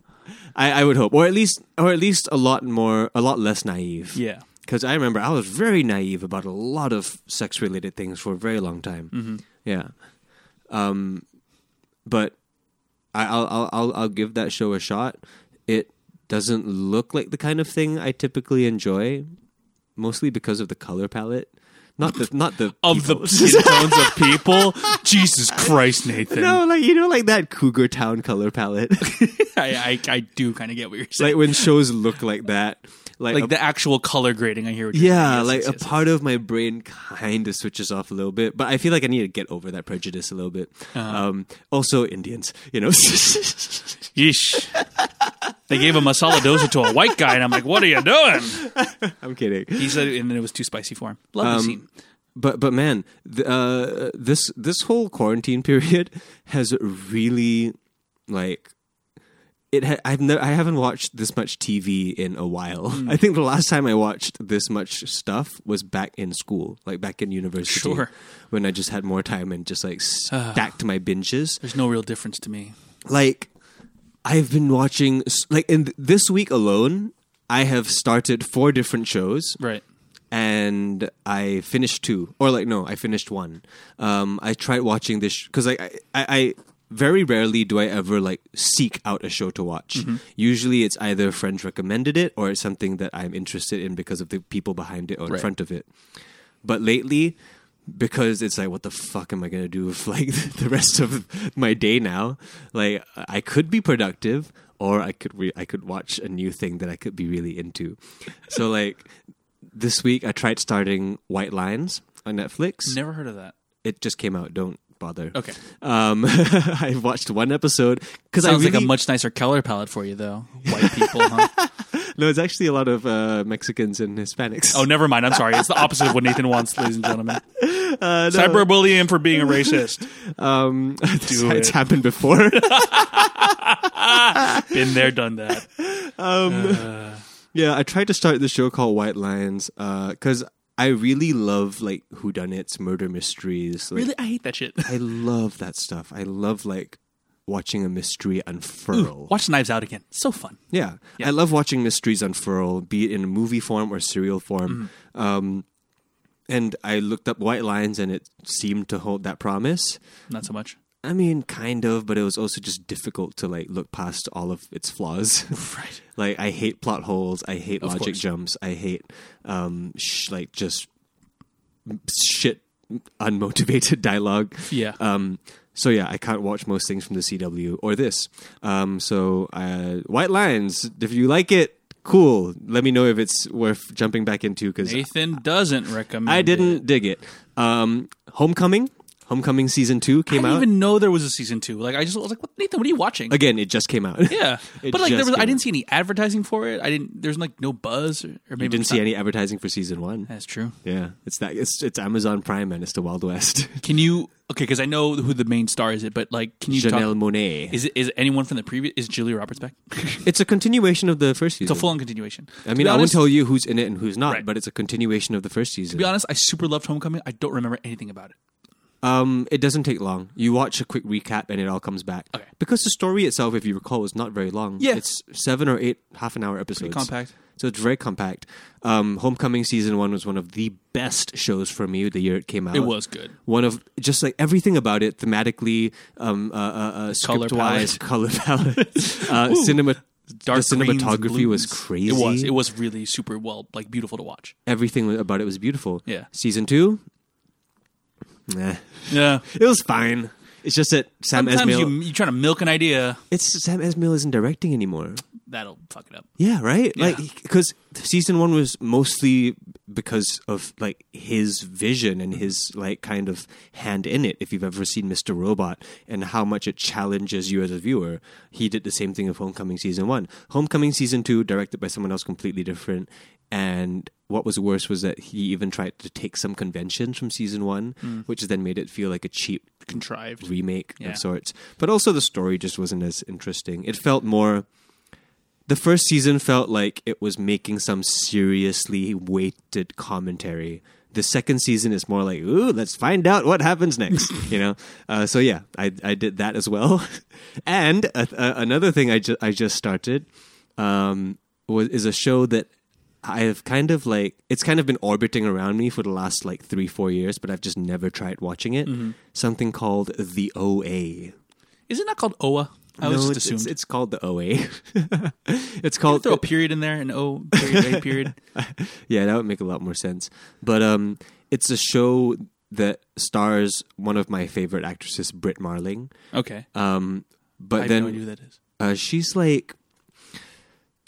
I, I would hope, or at least, or at least a lot more, a lot less naive. Yeah. Because I remember I was very naive about a lot of sex related things for a very long time. Mm-hmm. Yeah. Um, but I, I'll, I'll, I'll, I'll give that show a shot. It doesn't look like the kind of thing I typically enjoy, mostly because of the color palette. Not the, not the. (laughs) Of the people. skin tones of people, (laughs) Jesus Christ, Nathan! no, like, you know, like that Cougar Town (laughs) color palette. I, I, I do kind of get what you're saying. like when shows look like that. Like, like a- the actual color grading. I hear. What you're Yeah, saying. Yes, like yes, a yes. part of my brain kind of switches off a little bit, but I feel like I need to get over that prejudice a little bit. Um, also, Indians, you know. (laughs) Yeesh. they gave a masala dosa to a white guy, and I'm like, "What are you doing?" I'm kidding, He said, and then it was too spicy for him. Lovely Um, scene. but but man, th- uh, this this whole quarantine period (laughs) has really like it. Ha- I've never I haven't watched this much TV in a while. Hmm. (laughs) I think the last time I watched this much stuff was back in school, like back in university, Sure. Ah. when I just had more time and just like stacked my binges. There's no real difference to me. like I've been watching like in th- this week alone, I have started four different shows Right. and I finished two, or like no, I finished one. Um, I tried watching this because like I, I, I very rarely do I ever like seek out a show to watch. Mm-hmm. Usually, it's either a friend recommended it or it's something that I'm interested in because of the people behind it or in Right. front of it. But lately. Because it's like, what the fuck am I gonna do with (laughs) like the rest of my day now? Like, I could be productive, or I could re- I could watch a new thing that I could be really into. So like, this week I tried starting White Lines on Netflix. Never heard of that. It just came out. Don't bother. Okay. Um, (laughs) I watched one episode because I Sounds really, like a much nicer color palette for you, though. White people, huh? no. It's actually a lot of uh, Mexicans and Hispanics. (laughs) Oh, never mind. I'm sorry. It's the opposite of what Nathan wants, ladies and (laughs) gentlemen. uh, no. Cyberbullying him for being a racist. Um, (laughs) this- Do it's it. happened before. (laughs) Been there, done that. yeah, I tried to start the show called White Lines because I really love like whodunits, murder mysteries. Like, Really, I hate that shit. I love that stuff. I love like watching a mystery unfurl. (laughs) Watch Knives Out again. So fun. Yeah. I love watching mysteries unfurl, be it in movie form or serial form. Um, and I looked up White Lines and it seemed to hold that promise. Not so much. I mean, kind of, but it was also just difficult to like look past all of its flaws. (laughs) Right. like I hate plot holes, I hate logic course. jumps, I hate um sh- like just shit unmotivated (laughs) dialogue. Yeah. Um, so yeah, I can't watch most things from the CW or this. Um, so uh, White Lines, if you like it, cool. Let me know if it's worth jumping back into because Nathan doesn't recommend. I didn't it. dig it. Um, Homecoming, Homecoming season two I came didn't out even know there was a season two. Like I just was like, what, Nathan? What are you watching? again. It just came out. yeah, (laughs) It but like there just was, I came didn't out. see any advertising for it. I didn't. There's like no buzz, or, or maybe You didn't it's see not- any advertising for season one. That's true. Yeah, it's that. It's it's Amazon Prime and it's the Wild (laughs) West. Can you? Okay, because I know who the main star is. It, but like, can you Janelle talk? Monet. Is it, is it anyone from the previous? Is Julia Roberts (laughs) back? it's It's a continuation of the first a season. full on continuation. I mean, I won't honest, tell you who's in it and who's not, Right. but it's a continuation of the first season. be honest, I super loved Homecoming. I don't remember anything about it. Um, it doesn't take long. You watch a quick recap and it all comes back. Okay. Because the story itself, if you recall, is not very long. Yeah. It's seven or eight half an hour episodes. compact. So it's very compact. Um, Homecoming season one was one of the best shows for me the year it came out. It was good. One of just like everything about it, thematically, um, uh, uh, uh, Color script wise, (laughs) color palette, (laughs) uh, cinema. Dark the greens, cinematography was blues. crazy. It was. It was really super well, like beautiful to watch. everything about it was beautiful. Yeah. Season two, nah, Yeah. it was fine. It's just that Sam Sometimes Esmail. you you try to milk an idea It's Sam Esmail isn't directing anymore. that'll fuck it up. Yeah, right. Yeah. Like because season one was mostly because of like his vision and his like kind of hand in it. If you've ever seen Mister Robot and how much it challenges you as a viewer, he did the same thing with Homecoming season one. Homecoming season two, directed by someone else completely different. And what was worse was that he even tried to take some conventions from season one, which then made it feel like a cheap Contrived. remake Yeah. of sorts. But also the story just wasn't as interesting. It felt more the first season felt like it was making some seriously weighted commentary. The second season is more like, ooh, let's find out what happens next, you know. Uh, so yeah, I I did that as well. (laughs) and uh, uh, another thing I ju- I just started um, was is a show that I have kind of like it's kind of been orbiting around me for the last like three four years, but I've just never tried watching it. Mm-hmm. Something called the OA. Is it not called OA? I no, was just it's, assumed. it's, (laughs) it's called the OA. it's Don't called throw a period in there, an O period, (laughs) A period. yeah, that would make a lot more sense. But um, it's a show that stars one of my favorite actresses, Britt Marling. Okay. Um, but I have then no idea who that is. uh, she's like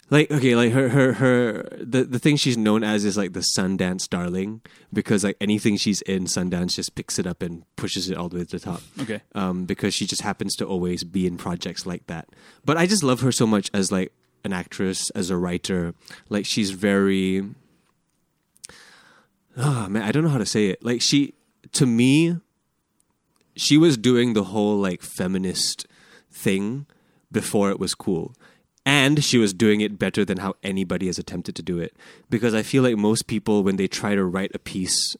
like okay like her her her the, the thing she's known as is like the sundance darling because like anything she's in sundance just picks it up and pushes it all the way to the top Okay. um, because she just happens to always be in projects like that but i just love her so much as like an actress as a writer like she's very oh man i don't know how to say it like she to me she was doing the whole like feminist thing before it was cool. And she was doing it better than how anybody has attempted to do it. Because I feel like most people when they try to write a piece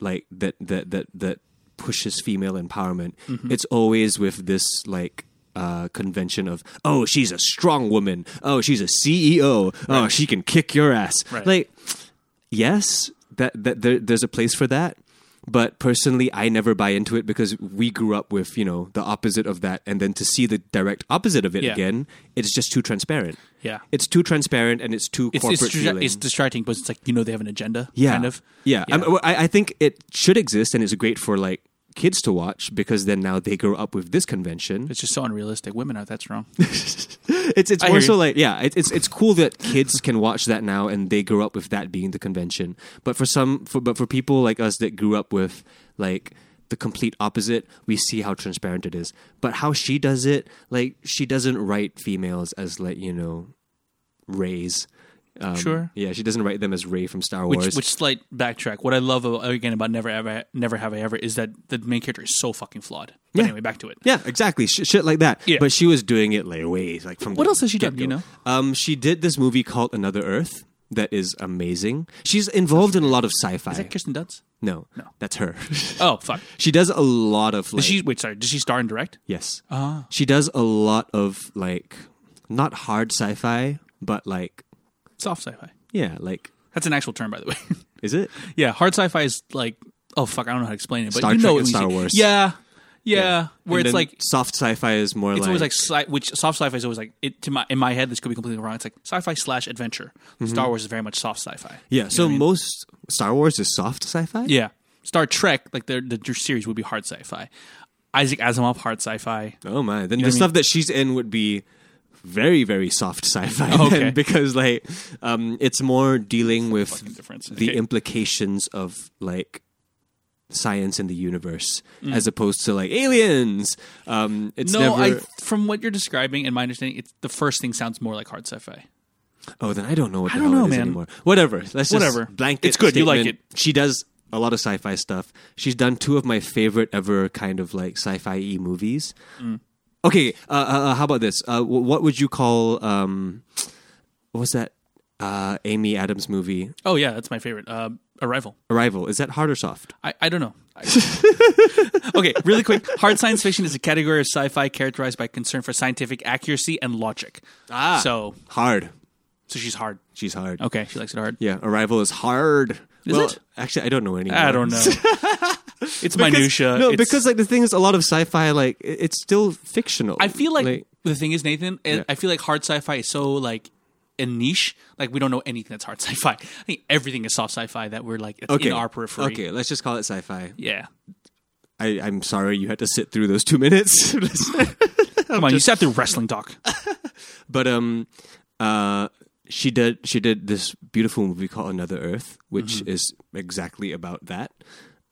like that that that that pushes female empowerment, Mm-hmm. it's always with this like uh, convention of oh she's a strong woman oh she's a CEO oh she can kick your ass Right. like yes, that that there, there's a place for that. But personally, I never buy into it because we grew up with you know the opposite of that, and then to see the direct opposite of it Yeah. again, it's just too transparent. Yeah. it's too transparent and it's too It's, corporate. it's, distra- feeling. it's distracting, but it's like, you know, they have an agenda, yeah, kind of. Yeah, Yeah. I'm- well, I, I think it should exist, and it's great for like kids to watch because then now they grow up with this convention. It's just so unrealistic. Women aren't that strong. it's it's I more hear so you. like yeah, it, it's it's cool that kids can watch that now and they grew up with that being the convention. But for some, for, but for people like us that grew up with like the complete opposite, we see how transparent it is. But how she does it, like she doesn't write females as like you know, Rays. Um, Sure. Yeah, she doesn't write them as Ray from Star Wars. Which, which slight backtrack. What I love about, again about Never Ever, Never Have I Ever is that the main character is so fucking flawed. But Yeah. anyway, back to it. Yeah, exactly. Sh- shit like that. Yeah. But she was doing it like ways, like from. What the else has she done, get-go. you know? Um, she did this movie called Another Earth, that is amazing. She's involved in a lot of sci-fi. Is that Kirsten Dunst? no, no, that's her. (laughs) Oh fuck. she does a lot of like Does she Ah. wait? Sorry, does she star and direct? yes. She does a lot of like not hard sci-fi, but like Soft sci-fi. yeah, like That's an actual term, by the way. (laughs) is it? yeah, hard sci-fi is like oh fuck, I don't know how to explain it, but Star you Trek know it when and you Star see- Wars. Yeah, yeah, where And it's then like it's soft sci-fi is more like always like sci- which soft sci-fi is always like it to my in my head this could be completely wrong. It's like sci-fi slash adventure. Star Wars is very much soft sci-fi. yeah. So most Star Wars is soft sci-fi. Yeah, Star Trek like the the series would be hard sci-fi. Isaac Asimov hard sci-fi. Oh my! Then what I the mean? stuff that she's in would be very very soft (laughs) sci-fi Oh, then, okay. because like um it's more dealing fucking with difference. the Okay. implications of like science in the universe as opposed to like aliens um it's Mm. No, never I from what you're describing and my understanding, it's the first thing sounds more like hard sci-fi. oh then i don't know what the I don't hell know, it is man. anymore whatever let's just Whatever. blanket It's good, you like statement. she does a lot of sci-fi stuff she's done two of my favorite ever kind of like sci-fi e movies Mm. Okay, uh, uh, uh, how about this? Uh, w- what would you call um, what was that uh, Amy Adams movie Oh yeah, that's my favorite. Uh, Arrival. Arrival? Is that hard or soft? I, I don't know. okay, really quick. Hard science fiction is a category of sci-fi characterized by concern for scientific accuracy and logic. Ah, so Hard. so she's hard. She's hard. Okay, she likes it hard. Yeah, Arrival is hard. Is well, it? Actually, I don't know anymore. I don't know. (laughs) it's minutia. No, It's- because like the thing is, a lot of sci-fi like it- it's still fictional. I feel like, the thing is, Nathan. I- I feel like hard sci-fi is so like a niche. Like we don't know anything that's hard (laughs) sci-fi. I think everything is soft sci-fi that we're like it's okay, in our periphery. Okay, let's just call it sci-fi. Yeah. I, I'm sorry you had to sit through those (laughs) two (laughs) minutes. Come on, you sat through wrestling (laughs) doc. but um uh she did she did this beautiful movie called another earth which Mm-hmm. is exactly about that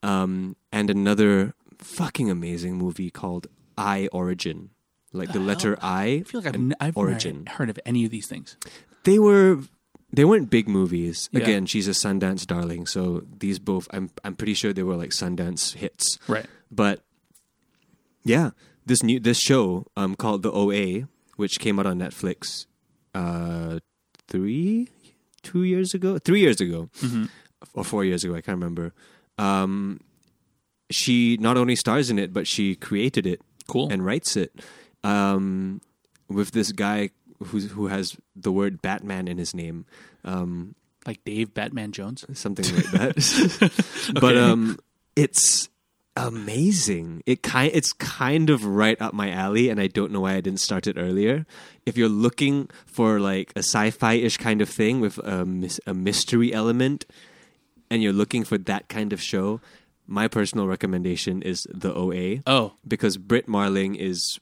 um and another fucking amazing movie called i origin like the letter I i feel like I've, and n- I've e-, origin origin. heard of any of these things. they were they weren't big movies again she's a sundance darling so these both i'm i'm pretty sure they were like sundance hits Right. but yeah, this new this show um called the OA, which came out on Netflix, uh, three, two years ago, three years ago, or four years ago, I can't remember. Um, she not only stars in it, but she created it Cool. and writes it. Um, with this guy who who has the word Batman in his name, um, like Dave Batman Jones. something like that. (laughs) But um, it's amazing. It kind it's kind of right up my alley, and I don't know why I didn't start it earlier. If you're looking for like a sci-fi ish kind of thing with a mys- a mystery element, and you're looking for that kind of show, my personal recommendation is the OA Oh, because Britt Marling is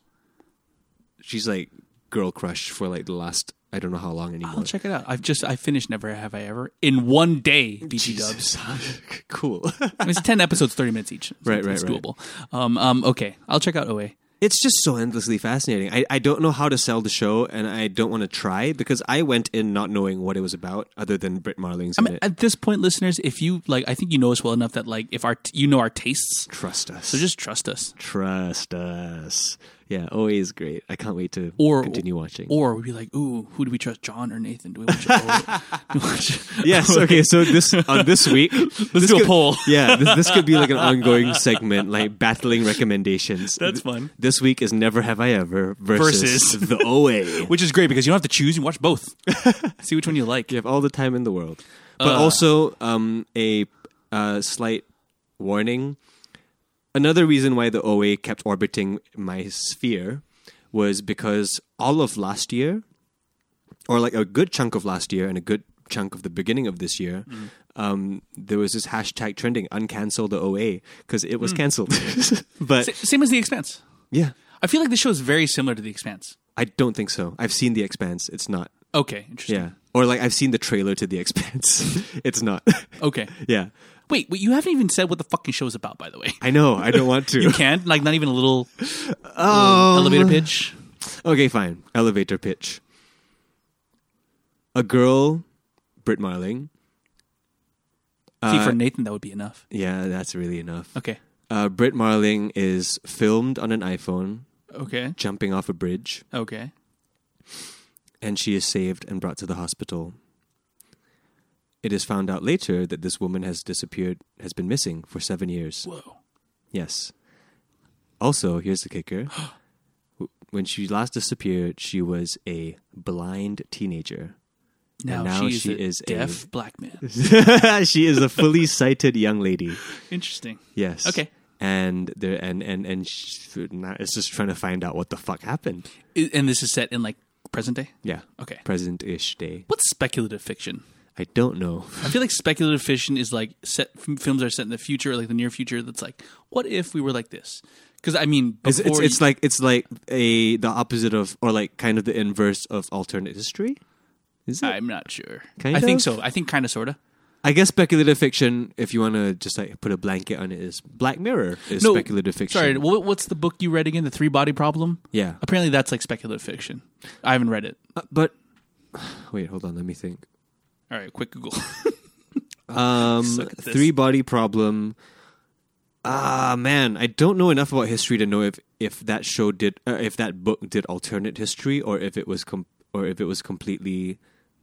she's like girl crush for like the last I don't know how long anymore. I'll check it out. I've just I finished Never Have I Ever in one day. BT Dubs. Jesus. (laughs) cool. I mean, it's ten episodes, thirty minutes each. So Right, it's, right, it's right. doable. Um, um, okay, I'll check out OA. it's just so endlessly fascinating. I, I don't know how to sell the show, and I don't want to try because I went in not knowing what it was about, other than Britt Marling's in I mean, it. at this point, listeners, if you like, I think you know us well enough that like if our you know our tastes, trust us. so just trust us. trust us. Yeah, always great. I can't wait to Or continue watching. Or we'd be like, ooh, who do we trust, John or Nathan? Do we watch OA? (laughs) Do we watch- (laughs) (laughs) yes. Okay. So this on this week, let's do a poll. Yeah, this, this could be like an ongoing segment, like battling recommendations. That's Th- fun. This week is never have I ever versus, Versus. the (laughs) OA. Which is great because you don't have to choose; you watch (laughs) both. See which one you like. You have all the time in the world. But also, um, a uh, slight warning. Another reason why the OA kept orbiting my sphere was because all of last year, or like a good chunk of last year and a good chunk of the beginning of this year, um, there was this hashtag trending, uncancel the OA, because it was cancelled. (laughs) but Sa- Same as The Expanse. yeah, I feel like this show is very similar to The Expanse. I don't think so. I've seen The Expanse. It's not. Okay, interesting. Yeah. Or like I've seen the trailer to The Expanse. (laughs) it's not. Okay. yeah. Wait, wait, you haven't even said what the fucking show's about, by the way. I know. I don't (laughs) want to. (laughs) You can't? Like, not even a little, little elevator Um, pitch? okay, fine. Elevator pitch. A girl, Britt Marling. See, uh, for Nathan, that would be enough. Yeah, that's really enough. Okay. Uh, Britt Marling is filmed on an iPhone Okay. jumping off a bridge, Okay. and she is saved and brought to the hospital. it is found out later that this woman has disappeared, has been missing for seven years. Whoa. Yes. Also, here's (gasps) the kicker. W- when she last disappeared, she was a blind teenager. Now, now she is, she a is a- deaf black man. (laughs) she is a fully sighted young lady. Interesting. Yes. Okay. And there, and and and sh now it's just trying to find out what the fuck happened. I- And this is set in like present day. Yeah. Okay. Present-ish day. What's speculative fiction? I don't know. I feel like speculative fiction is like set f- films that are set in the future, like the near future. That's like, what if we were like this? Because I mean, before It's, it's, it's you- like it's like a the opposite of or like kind of the inverse of alternate history. Is it? I'm not sure. Kind I think of? so. I think kind of, sorta. I guess speculative fiction, if you want to just like put a blanket on it, is Black Mirror is speculative fiction. Sorry, what, what's the book you read again? The Three Body Problem. Yeah. Apparently, that's like speculative fiction. I haven't read it. Uh, but (sighs) wait, hold on, let me think. All right, quick Google. Um, Suck at this. three body problem. Ah man, I don't know enough about history to know if if that show did uh, if that book did alternate history or if it was com- or if it was completely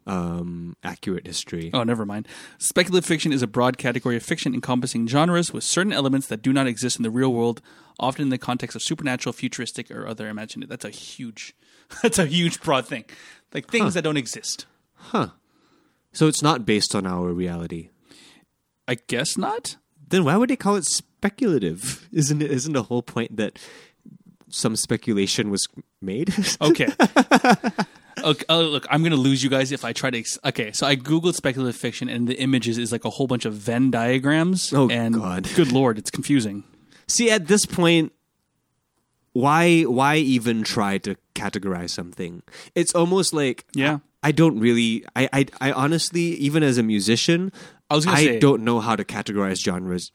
um accurate history. oh, never mind. Speculative fiction is a broad category of fiction encompassing genres with certain elements that do not exist in the real world, often in the context of supernatural, futuristic, or other imaginative. That's a huge. (laughs) That's a huge broad thing, like things that don't exist. So it's not based on our reality. I guess not. Then why would they call it speculative? (laughs) Isn't it isn't the whole point that some speculation was made? (laughs) Okay. okay oh, look, I'm going to lose you guys if I try to. Ex- okay, so I Googled speculative fiction, and the images is like a whole bunch of Venn diagrams. Oh, and God. Good Lord, it's confusing. See, at this point, why why even try to categorize something? It's almost like Yeah. I, I don't really. I, I I honestly, even as a musician, I was gonna I say- don't know how to categorize genres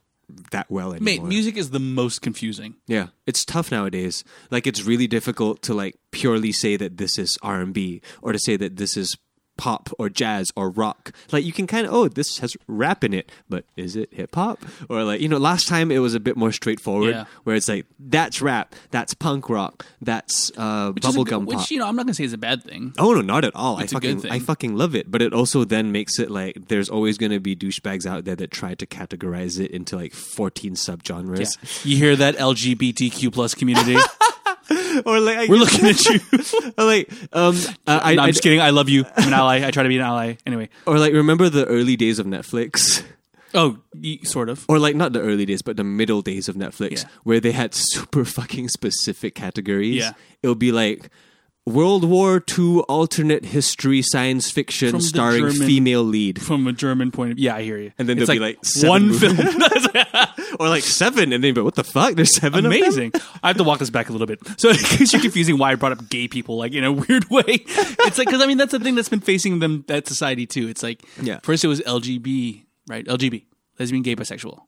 that well Mate, anymore. music is the most confusing. yeah, it's tough nowadays. Like it's really difficult to like purely say that this is R and B or to say that this is pop or jazz or rock. Like you can kind of oh this has rap in it, but is it hip hop or like you know last time it was a bit more straightforward Yeah. where it's like that's rap, that's punk rock, that's uh, Which is a good- bubblegum pop. Which, you know, I'm not going to say is a bad thing. Oh no, not at all. It's I a good fucking thing. I fucking love it. But it also then makes it like there's always gonna be douchebags out there that try to categorize it into like fourteen subgenres. You hear that LGBTQ plus (laughs) community? Or like I We're looking at you. (laughs) or, like um uh, I, no, I- I'm just kidding. I love you. (laughs) I'm an ally. I try to be an ally. Anyway. or like remember the early days of Netflix? (laughs) Oh, y- sort of. Or like not the early days, but the middle days of Netflix Yeah. where they had super fucking specific categories. Yeah. It'll be like World War II alternate history science fiction From the starring German- female lead. From a German point of view. Yeah, I hear you. And then it's there'll like, be like seven one movies. film. (laughs) or like seven and then but what the fuck? There's seven of them? amazing. I have to walk this back a little bit. So (laughs) in case you're confusing why I brought up gay people, like in a weird way, it's like because I mean that's the thing that's been facing them that society too. It's like Yeah. first it was LGB, right? LGB, lesbian, gay, bisexual,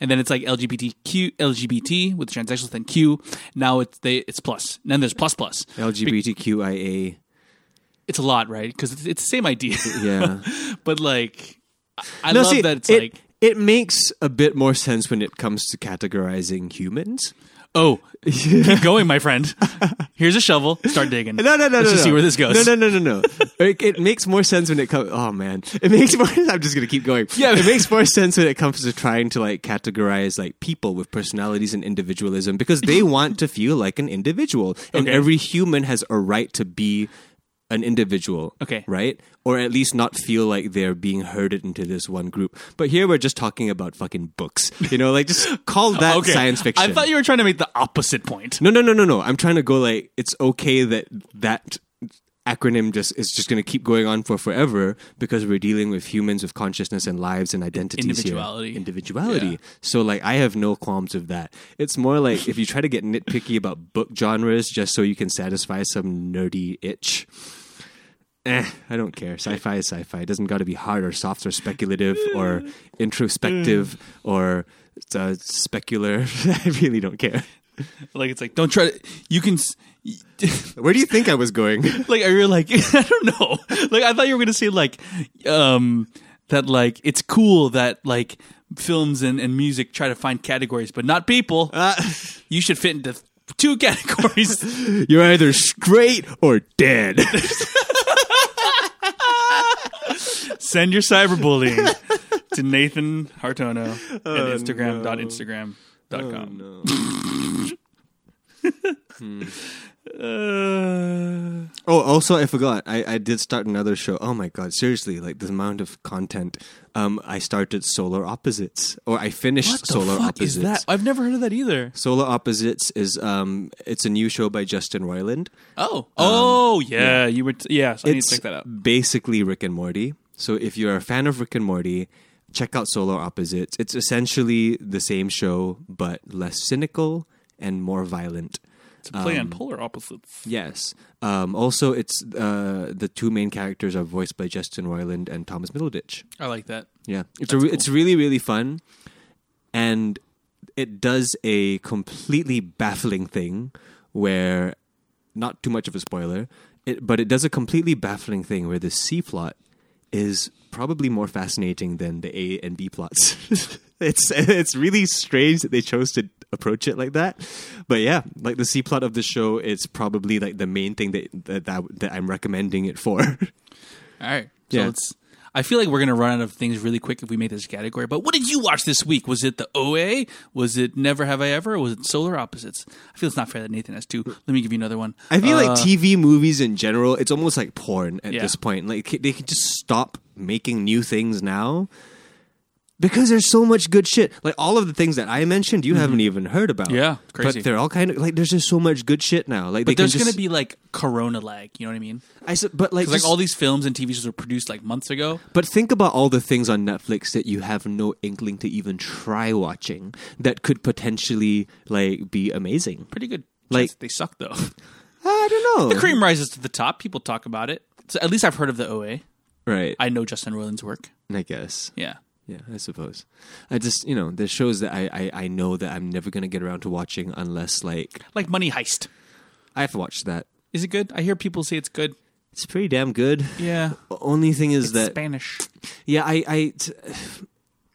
and then it's like LGBTQ, LGBT with the transsexuals, then Q. Now it's they it's plus. And then there's plus plus. LGBTQIA. It's a lot, right? Because it's, it's the same (laughs) idea, Yeah. but like I- (laughs) I No, love see, that it's it, like it makes a bit more sense when it comes to categorizing humans. oh, (laughs) keep going, my friend. Here's a shovel. Start digging. No, no, no, Let's no. just no. see where this goes. No, no, (laughs) no, no, no. it, it makes more sense when it comes. Oh man, it makes more. (laughs) I'm just gonna keep going. Yeah. it makes more sense when it comes to trying to like categorize like people with personalities and individualism (laughs) because they want to feel like an individual, and Okay. every human has a right to be an individual. Okay. right? Or at least not feel like they're being herded into this one group. But here we're just talking about fucking books. You know, like just call (laughs) that science fiction. I thought you were trying to make the opposite point. No, no, no, no, no. I'm trying to go like it's okay that that acronym just is just going to keep going on for forever because we're dealing with humans with consciousness and lives and identities Individuality. here. Individuality. Yeah. So like I have no qualms with that. It's more like if you try to get nitpicky about book genres just so you can satisfy some nerdy itch. Eh, I don't care. Sci-fi is sci-fi. It doesn't got to be hard or soft or speculative (laughs) or Mm. introspective or uh, specular. (laughs) I really don't care. Like it's like don't try to. You can. s- Where do you think I was going? (laughs) Like you're like (laughs) I don't know. Like I thought you were gonna say like, um, that like it's cool that like films and, and music try to find categories, but not people. Uh, (laughs) you should fit into th- two categories. You're either (laughs) straight or dead. Send your cyberbullying to Nathan Hartono at Instagram dot Instagram dot com. (laughs) Uh, Oh, also, I forgot. I, I did start another show. Oh my god, seriously! Like the amount of content. Um, I started Solar Opposites, or I finished what the Solar fuck Opposites. is that? I've never heard of that either. Solar Opposites is um, it's a new show by Justin Roiland. Oh, oh yeah, you were. T- yeah, so I need to it's check that out. Basically, Rick and Morty. So if you're a fan of Rick and Morty, check out Solar Opposites. It's essentially the same show, but less cynical and more violent. It's a play on polar opposites. Yes. Um, also, it's uh, the two main characters are voiced by Justin Roiland and Thomas Middleditch. I like that. Yeah, it's a re- it's really really fun, and it does a completely baffling thing where, not too much of a spoiler, it, but it does a completely baffling thing where the C plot is probably more fascinating than the A and B plots. (laughs) it's it's really strange that they chose to approach it like that, but yeah, like the C plot of the show, it's probably like the main thing that that that, that I'm recommending it for. (laughs) All right. So Yeah. let's. I feel like we're going to run out of things really quick if we make this category. But what did you watch this week? Was it the OA? Was it Never Have I Ever? Was it Solar Opposites? I feel it's not fair that Nathan has two. Let me give you another one. I feel Uh, like TV movies in general, it's almost like porn at Yeah. this point. Like c- they can just stop making new things now because there's so much good shit. Like all of the things that I mentioned, you haven't even heard about. Mm-hmm. Yeah, it's crazy. But they're all kind of like there's just so much good shit now. Like they but there's can going just, to be like Corona lag. You know what I mean? I said, but like, 'Cause, just- like all these films and TV shows were produced like months ago. But think about all the things on Netflix that you have no inkling to even try watching that could potentially like be amazing. Pretty good. Like- Like they suck though. (laughs) I don't know. the cream rises to the top. People talk about it. So at least I've heard of the OA. right? I know Justin Roiland's work. I guess. Yeah. Yeah, I suppose. I just you know, there's shows that I, I, I know that I'm never gonna get around to watching unless like Like Money Heist. I have to watch that. Is it good? I hear people say it's good. It's pretty damn good. Yeah. Only thing is that Spanish. yeah, I I t-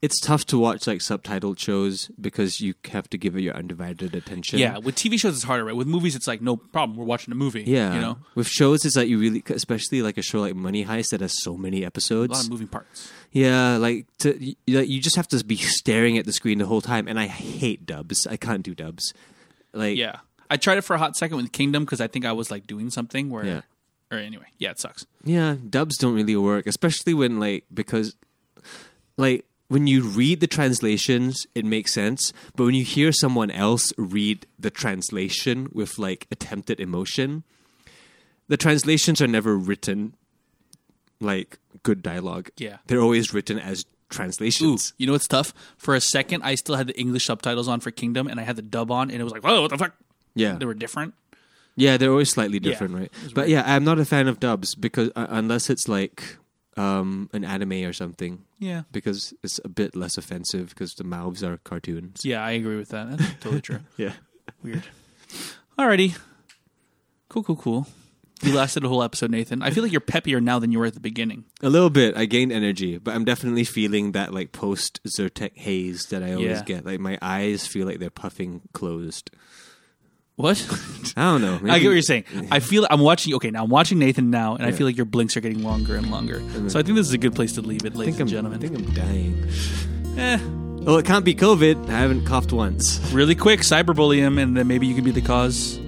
it's tough to watch like subtitled shows because you have to give it your undivided attention. Yeah, with TV shows it's harder, right? With movies it's like no problem, we're watching a movie. Yeah, you know, with shows is that you really, especially like a show like Money Heist that has so many a lot episodes. of moving parts. yeah, like to, you, like, you just have to be staring at the screen the whole time, and I hate dubs. I can't do dubs. Like, Yeah, I tried it for a hot second with Kingdom because I think I was like doing something where, Yeah. or anyway, yeah, it sucks. Yeah, dubs don't really work, especially when like because like when you read the translations, it makes sense, but when you hear someone else read the translation with like attempted emotion, the translations are never written like good dialogue. Yeah. They're always written as Ooh, translations. you know what's tough? For a second, I still had the English subtitles on for Kingdom, and I had the dub on, and it was like, whoa, what the fuck? Yeah. They were different. Yeah, they're always slightly different, right? it's But yeah, I'm not a fan of dubs because uh, unless it's like um an anime or something. Yeah, because it's a bit less offensive because the mouths are cartoons. yeah, I agree with that. That's totally true. (laughs) Yeah. Weird. Alrighty, cool, cool, cool. You lasted a whole episode, Nathan. I feel like you're peppier now than you were at the beginning. A little bit. I gained energy, but I'm definitely feeling that like post Zyrtec haze that I always Yeah. get. Like my eyes feel like they're puffing closed. What? I don't know. I get maybe- what you're saying. I feel I'm watching. Okay, now I'm watching Nathan now, and I feel like your blinks are getting longer and longer. So I think this is a good place to leave it, I ladies think and gentlemen. I'm, I think I'm dying. Eh, Well, it can't be COVID. I haven't coughed once. really quick, cyberbully him, and then maybe you can be the cause.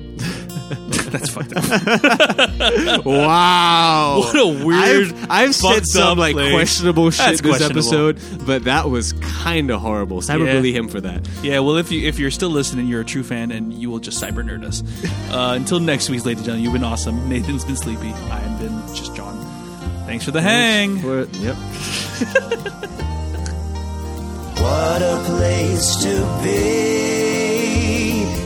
That's fucked up. (laughs) (laughs) wow. What a weird, I've, I've fucked said some up like place. questionable shit That's this questionable. episode, but that was kind of horrible. Cyberbully him for that. Yeah. Well, if you if you're still listening, you're a true fan, and you will just cyber nerd us. Uh, until next week, ladies and gentlemen, you've been awesome. Nathan's been sleepy. I have been just John. Thanks for the hang. For- yep. What a place to be.